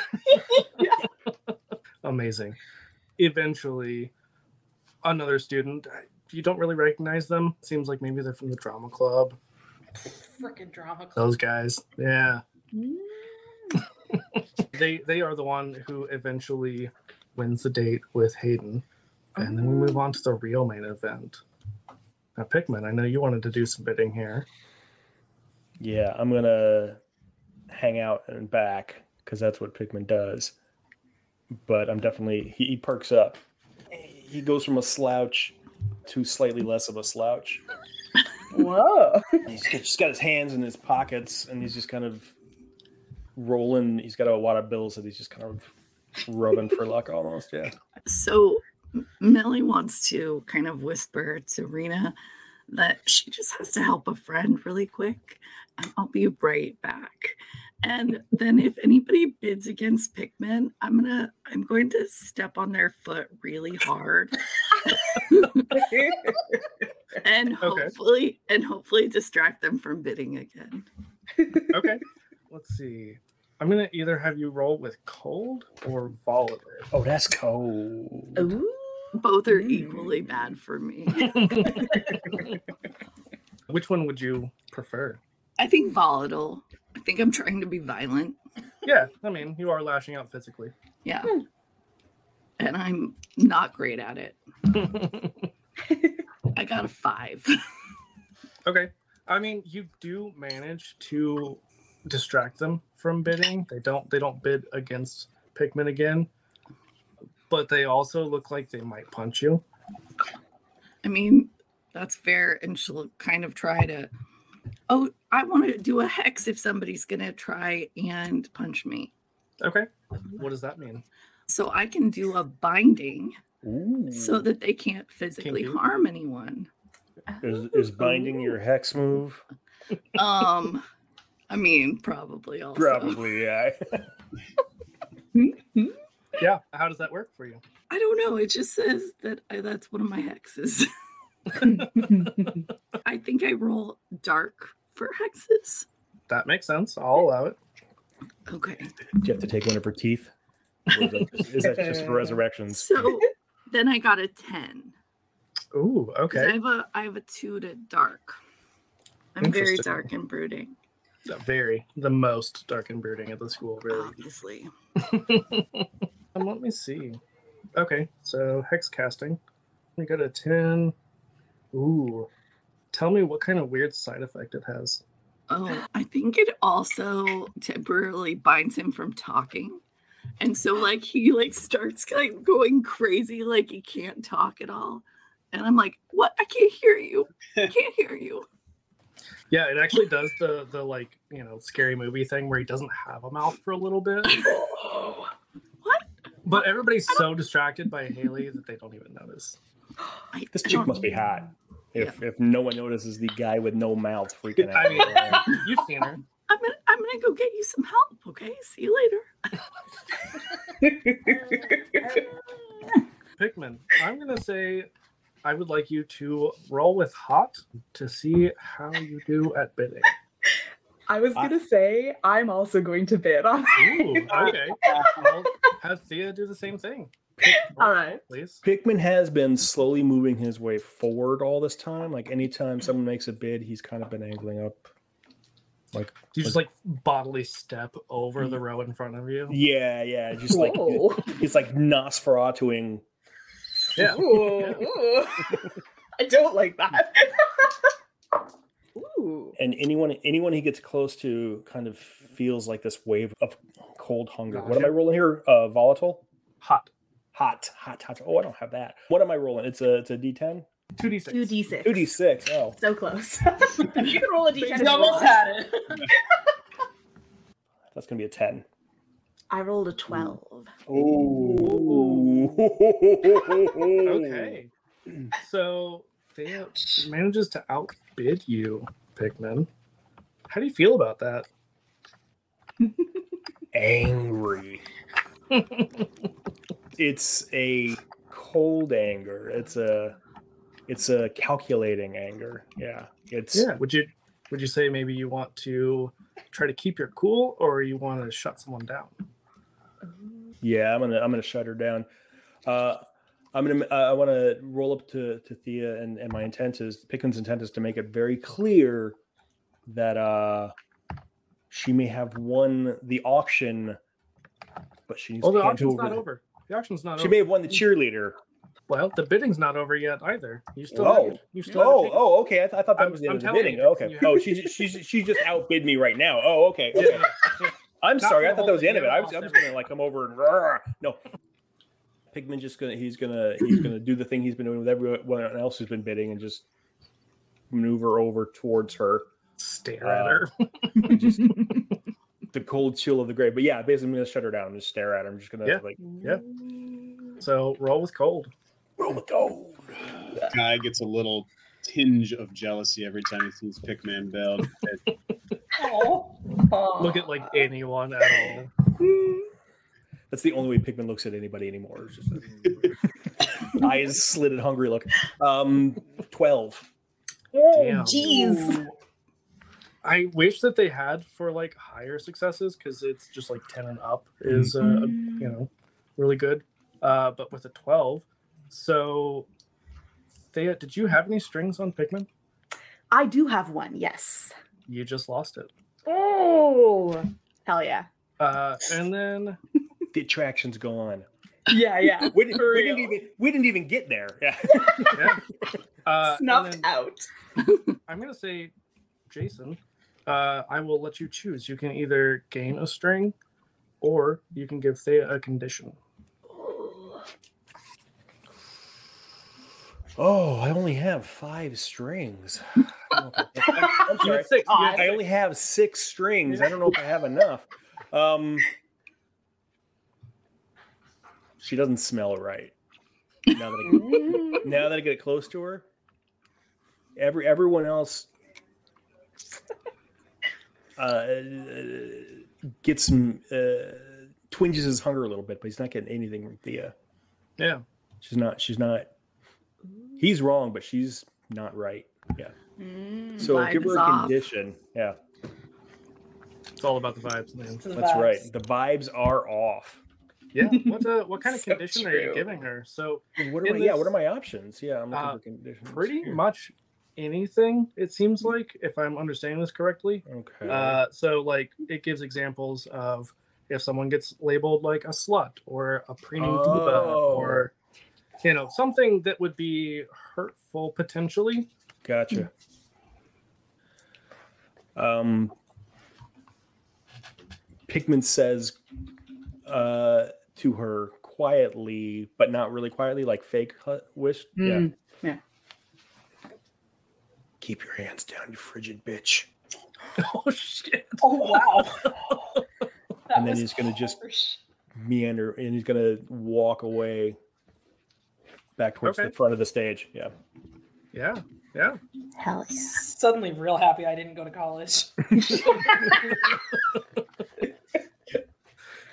Speaker 1: Amazing. Eventually, another student. You don't really recognize them. Seems like maybe they're from the drama club.
Speaker 5: Freaking drama club.
Speaker 1: Those guys. Yeah,
Speaker 3: Mm.
Speaker 1: they they are the one who eventually wins the date with Hayden, and then we move on to the real main event. Now, Pikmin, I know you wanted to do some bidding here.
Speaker 4: Yeah, I'm gonna hang out and back because that's what Pikmin does. But I'm definitely he, he perks up. He goes from a slouch to slightly less of a slouch.
Speaker 3: Whoa.
Speaker 4: He's got- just got his hands in his pockets and he's just kind of rolling. He's got a wad of bills that he's just kind of rubbing for luck almost. Yeah.
Speaker 2: So M- Millie wants to kind of whisper to Rena that she just has to help a friend really quick, and I'll be right back. And then if anybody bids against Pikmin, I'm gonna I'm going to step on their foot really hard and
Speaker 1: Okay.
Speaker 2: hopefully and hopefully distract them from bidding again.
Speaker 1: Okay. Let's see. I'm gonna either have you roll with cold or volatile.
Speaker 4: Oh, that's cold.
Speaker 3: Ooh.
Speaker 2: Both are
Speaker 3: Mm.
Speaker 2: equally bad for me.
Speaker 1: Which one would you prefer?
Speaker 2: I think volatile. I think I'm trying to be violent.
Speaker 1: Yeah, I mean, you are lashing out physically.
Speaker 2: Yeah. And I'm not great at it. I got a five.
Speaker 1: Okay. I mean, you do manage to distract them from bidding. They don't they don't bid against Pikmin again. But they also look like they might punch you.
Speaker 2: I mean, that's fair. And she'll kind of try to, oh, I want to do a hex if somebody's going to try and punch me.
Speaker 1: Okay. What does that mean?
Speaker 2: So I can do a binding
Speaker 4: Ooh.
Speaker 2: so that they can't physically
Speaker 1: do it.
Speaker 2: harm anyone.
Speaker 4: Is, is binding your hex move?
Speaker 2: Um, I mean, probably also.
Speaker 4: Probably, yeah.
Speaker 1: Yeah. How does that work for you?
Speaker 2: I don't know. It just says that I, that's one of my hexes. I think I roll dark for hexes.
Speaker 1: That makes sense. I'll allow it.
Speaker 2: Okay.
Speaker 4: Do you have to take one of her teeth? Or is, that just, is that just for resurrections?
Speaker 2: So then I got a 10.
Speaker 1: Ooh,
Speaker 2: 'cause I
Speaker 1: okay.
Speaker 2: have a I have a 2 to dark. I'm very
Speaker 1: Interesting.
Speaker 2: dark and brooding,
Speaker 1: Very the most dark and brooding at the school, really.
Speaker 2: obviously.
Speaker 1: Um, let me see. Okay, so hex casting. We got a 10. Ooh. Tell me what kind of weird side effect it has.
Speaker 2: Oh, I think it also temporarily binds him from talking. And so like he like starts like going crazy, like he can't talk at all. And I'm like, what? I can't hear you. I can't hear you.
Speaker 1: Yeah, it actually does the the like, you know, scary movie thing where he doesn't have a mouth for a little bit.
Speaker 2: What?
Speaker 1: But everybody's so distracted by Haley that they don't even notice.
Speaker 2: I,
Speaker 4: This
Speaker 2: I
Speaker 4: chick
Speaker 2: don't-
Speaker 4: must be hot. If if no one notices the guy with no mouth freaking out.
Speaker 1: I mean, you've seen her.
Speaker 2: I'm gonna I'm gonna go get you some help, okay? See you later.
Speaker 1: Pikmin, I'm gonna say I would like you to roll with hot to see how you do at bidding.
Speaker 3: I was gonna say I'm also going to bid on.
Speaker 1: Ooh, okay. Well, have Thea do the same thing.
Speaker 3: All right.
Speaker 1: Please.
Speaker 4: Pikmin has been slowly moving his way forward all this time. Like anytime someone makes a bid, he's kind of been angling up. Like
Speaker 1: You just like bodily step over the row in front of you.
Speaker 4: yeah, yeah, just like
Speaker 3: Ooh.
Speaker 4: he's like Nosferatuing.
Speaker 1: Yeah.
Speaker 3: Ooh, ooh. I don't like that. ooh.
Speaker 4: And anyone anyone he gets close to kind of feels like this wave of cold hunger. What am I rolling here? Uh, volatile,
Speaker 1: Hot.
Speaker 4: hot, hot, hot. Oh, I don't have that. What am I rolling? It's a it's a D10,
Speaker 1: 2d6.
Speaker 3: Two d six.
Speaker 4: two D6. Oh,
Speaker 3: So close. you can roll a d10.
Speaker 5: You almost had it.
Speaker 4: that's gonna be a ten.
Speaker 3: I rolled a twelve.
Speaker 4: Oh.
Speaker 1: Okay. So Thea manages to outbid you, Pikmin. How do you feel about that?
Speaker 4: angry. it's a cold anger. It's a it's a calculating anger. Yeah. It's
Speaker 1: Yeah. Would you would you say maybe you want to try to keep your cool or you want to shut someone down?
Speaker 4: yeah, I'm going to I'm going to shut her down. Uh I'm gonna. I want to roll up to, to Thea, and, and my intent is Pickens' intent is to make it very clear that uh, she may have won the auction, but she needs
Speaker 1: Well,
Speaker 4: to
Speaker 1: Oh, the
Speaker 4: hand
Speaker 1: auction's
Speaker 4: over.
Speaker 1: not
Speaker 4: the-
Speaker 1: over. The auction's not
Speaker 4: She
Speaker 1: over.
Speaker 4: may have won the cheerleader.
Speaker 1: Well, the bidding's not over yet either. You still
Speaker 4: Whoa.
Speaker 1: have- you still have
Speaker 4: Oh,
Speaker 1: to take-
Speaker 4: oh, okay. I, th- I thought that
Speaker 1: I'm-
Speaker 4: was the
Speaker 1: I'm
Speaker 4: end of the
Speaker 1: telling
Speaker 4: bidding.
Speaker 1: you.
Speaker 4: Okay.
Speaker 1: You
Speaker 4: Oh, she's she's she just outbid me right now. Oh, okay. okay.
Speaker 1: Yeah.
Speaker 4: I'm
Speaker 1: Not
Speaker 4: sorry.
Speaker 1: for
Speaker 4: I
Speaker 1: the
Speaker 4: thought
Speaker 1: whole
Speaker 4: that was the end of it.
Speaker 1: thing.
Speaker 4: I was, I'm just gonna like come over and roar. no. Pigman just gonna he's gonna he's gonna do the thing he's been doing with everyone else who's been bidding and just maneuver over towards her.
Speaker 1: Stare at her.
Speaker 4: And just the cold chill of the grave. But yeah, basically I'm gonna shut her down and just stare at her. I'm just gonna
Speaker 1: Yeah.
Speaker 4: like
Speaker 1: So roll with cold.
Speaker 4: roll with gold.
Speaker 6: Guy gets a little tinge of jealousy every time he sees Pikmin build. It-
Speaker 1: Look at like anyone at all.
Speaker 4: That's the only way Pikmin looks at anybody anymore. It's just a- eyes slitted, hungry look. Um, twelve.
Speaker 1: Damn.
Speaker 3: Jeez.
Speaker 1: I wish that they had for like higher successes because it's just like 10 and up is, uh,
Speaker 3: Mm-hmm. Mm.
Speaker 1: you know, really good. Uh, but with a 12. So, Thea, did you have any strings on Pikmin?
Speaker 3: I do have one. Yes.
Speaker 1: You just lost it.
Speaker 3: Oh. Hell yeah.
Speaker 1: Uh, and then
Speaker 4: The attraction's gone.
Speaker 3: Yeah, yeah.
Speaker 4: We didn't,
Speaker 3: For
Speaker 4: we
Speaker 3: real.
Speaker 4: didn't even we didn't even get there. Yeah.
Speaker 1: uh, and
Speaker 3: Snuffed
Speaker 1: then-
Speaker 3: out.
Speaker 1: I'm gonna say, Jason, uh, I will let you choose. You can either gain a string, or you can give Thea a condition.
Speaker 4: Oh, I only have five strings. I'm
Speaker 1: You
Speaker 4: sorry.
Speaker 1: had six. You had
Speaker 4: I only have six strings. I don't know if I have enough. Um, she doesn't smell right. Now that I, now that I get close to her, Every everyone else uh, gets some uh, twinges his hunger a little bit, but he's not getting anything from Thea.
Speaker 1: Yeah.
Speaker 4: She's not. She's not. He's wrong, but she's not right.
Speaker 3: Mm.
Speaker 4: So
Speaker 2: Vibe
Speaker 4: give
Speaker 2: is
Speaker 4: her a
Speaker 2: off.
Speaker 4: condition. Yeah,
Speaker 1: It's all about the vibes, man.
Speaker 5: The
Speaker 4: that's
Speaker 5: vibes.
Speaker 4: right. The vibes are off.
Speaker 1: Yeah. What uh, what kind of
Speaker 2: So
Speaker 1: condition are you
Speaker 2: true.
Speaker 1: giving her? So
Speaker 4: And What are
Speaker 1: In
Speaker 4: my, yeah?
Speaker 1: this-
Speaker 4: What are my options? Yeah, I'm looking
Speaker 1: Uh,
Speaker 4: for conditions.
Speaker 1: pretty
Speaker 4: here.
Speaker 1: much anything it seems like, if I'm understanding this correctly.
Speaker 4: Okay.
Speaker 1: Uh, so like it gives examples of if someone gets labeled like a slut or a preening diva
Speaker 4: Oh.
Speaker 1: or you know something that would be hurtful potentially.
Speaker 4: Gotcha. Um, Pikmin says uh, to her quietly, but not really quietly, like fake hu- wish.
Speaker 1: Hmm.
Speaker 3: Mm.
Speaker 4: Yeah.
Speaker 3: yeah.
Speaker 4: Keep your hands down, you frigid bitch.
Speaker 1: oh shit!
Speaker 5: Oh wow. That
Speaker 4: And then
Speaker 5: was
Speaker 4: he's gonna just-
Speaker 5: harsh.
Speaker 4: Meander, and he's gonna walk away back towards the
Speaker 1: Okay.
Speaker 4: front of the stage. Yeah.
Speaker 1: Yeah, yeah.
Speaker 3: Hell
Speaker 5: suddenly real happy I didn't go to college.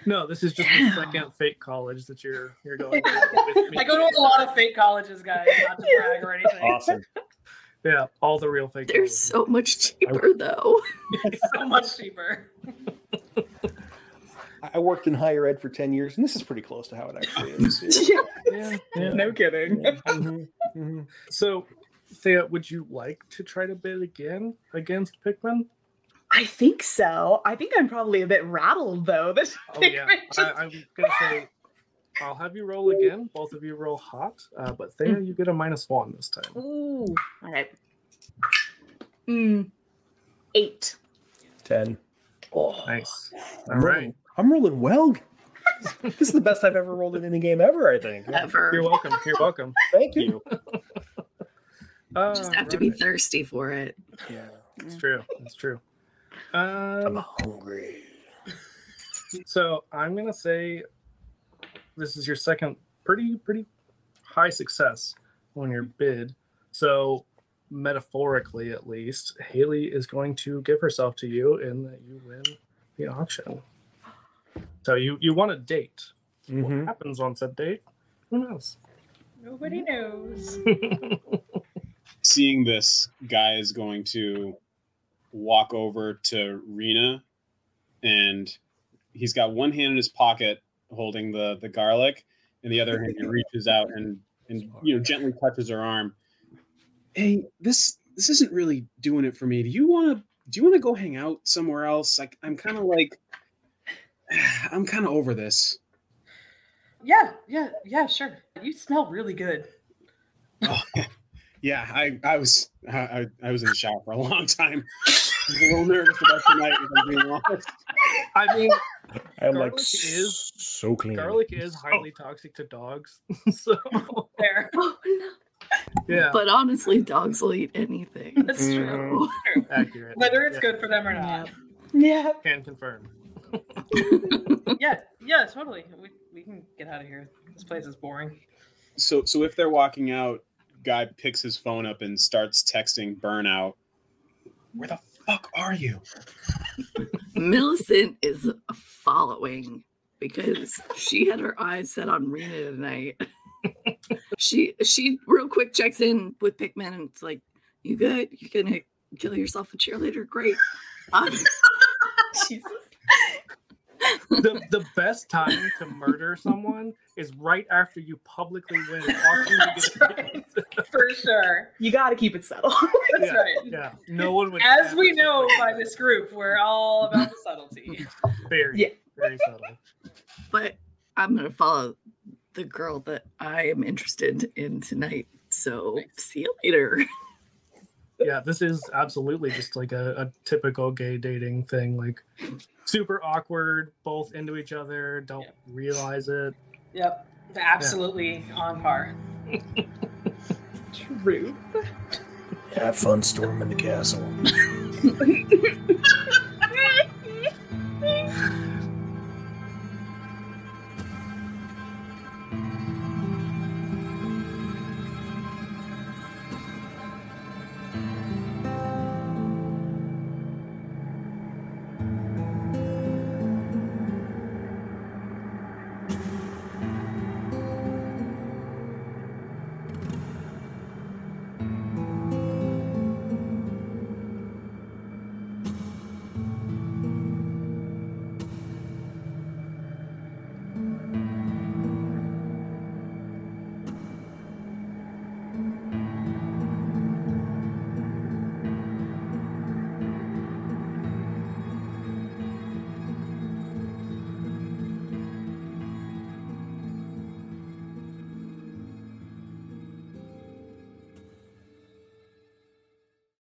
Speaker 1: No, this is just the second fake college that you're you're going. to with me.
Speaker 5: I go to a lot of fake colleges, guys, not to brag or anything.
Speaker 4: Awesome.
Speaker 1: Yeah, all the real fake.
Speaker 2: They're
Speaker 1: colleges.
Speaker 2: so much cheaper though.
Speaker 5: So much cheaper.
Speaker 4: I- I worked in higher ed for ten years, and this is pretty close to how it actually is.
Speaker 3: yeah.
Speaker 1: Yeah, yeah.
Speaker 3: No kidding.
Speaker 4: Mhm, mhm.
Speaker 1: So, Thea, would you like to try to bid again against Pikmin?
Speaker 3: I think so. I think I'm probably a bit rattled though. That
Speaker 1: Oh yeah,
Speaker 5: Pikmin just-
Speaker 1: I, I'm gonna say I'll have you roll again. Both of you roll hot, uh, but Thea, you get a minus one this time.
Speaker 3: Ooh. All right. Mm. Eight.
Speaker 4: Ten.
Speaker 1: Nice. Oh. All
Speaker 4: I'm rolling-
Speaker 1: right,
Speaker 4: I'm rolling well. this is the best I've ever rolled in any game ever, I think.
Speaker 1: you're
Speaker 2: Ever.
Speaker 1: welcome. You're welcome.
Speaker 4: Thank you.
Speaker 1: Uh,
Speaker 2: Just have to be
Speaker 1: right.
Speaker 2: thirsty for it.
Speaker 4: Yeah.
Speaker 1: It's true. It's true. Um,
Speaker 4: hungry.
Speaker 1: So I'm gonna say this is your second pretty pretty high success on your bid. So metaphorically at least, Haley is going to give herself to you and that you win the auction. So you you want a date. What happens on said date? Who knows?
Speaker 5: Nobody knows.
Speaker 6: seeing this guy is going to walk over to Rena and he's got one hand in his pocket holding the the garlic and the other hand he reaches out and and you know gently touches her arm
Speaker 7: Hey, this this isn't really doing it for me. Do you want to do you want to go hang out somewhere else? Like I'm kind of like I'm kind of over this.
Speaker 5: Yeah, yeah, yeah, sure. You smell really good.
Speaker 6: Yeah, I I was I, I- I was in the shower for a long time. I was a little nervous about tonight. If I'm being honest.
Speaker 1: I mean
Speaker 4: I'm
Speaker 1: Garlic
Speaker 4: like
Speaker 1: is-
Speaker 4: so clean.
Speaker 1: garlic is highly toxic to dogs. so
Speaker 5: There.
Speaker 3: Oh, no.
Speaker 1: yeah,
Speaker 2: But honestly, dogs will eat anything.
Speaker 5: That's true.
Speaker 2: So,
Speaker 1: accurate.
Speaker 5: Whether it's
Speaker 1: Yeah,
Speaker 5: good for them or not.
Speaker 3: Yeah.
Speaker 1: can confirm.
Speaker 5: Yeah, yeah, totally. We, we can get out of here. This place is boring.
Speaker 6: So so if they're walking out, guy picks his phone up and starts texting burnout.
Speaker 7: Where the fuck are you?
Speaker 2: Millicent is following because she had her eyes set on Rena tonight. she she real quick checks in with Pikmin and it's like, "You good? You gonna kill yourself a cheerleader? Great." Um,
Speaker 5: Jesus.
Speaker 1: the the best time to murder someone is right after you publicly win. Often you
Speaker 5: That's
Speaker 1: get-
Speaker 5: right. For sure.
Speaker 3: You got to keep it subtle.
Speaker 5: That's
Speaker 1: Yeah.
Speaker 5: right.
Speaker 1: Yeah, no one would.
Speaker 5: As
Speaker 1: ever
Speaker 5: we know by
Speaker 1: suspect
Speaker 5: this group, we're all about the subtlety.
Speaker 1: that. very,
Speaker 3: Yeah.
Speaker 1: very subtle.
Speaker 2: but I'm gonna follow the girl that I am interested in tonight. So see you later.
Speaker 1: Yeah, this is absolutely just like a, a typical gay dating thing. Like super awkward, both into each other, don't
Speaker 5: Yeah.
Speaker 1: realize it.
Speaker 5: Yep. Absolutely on par.
Speaker 3: True.
Speaker 4: Have fun storming the castle.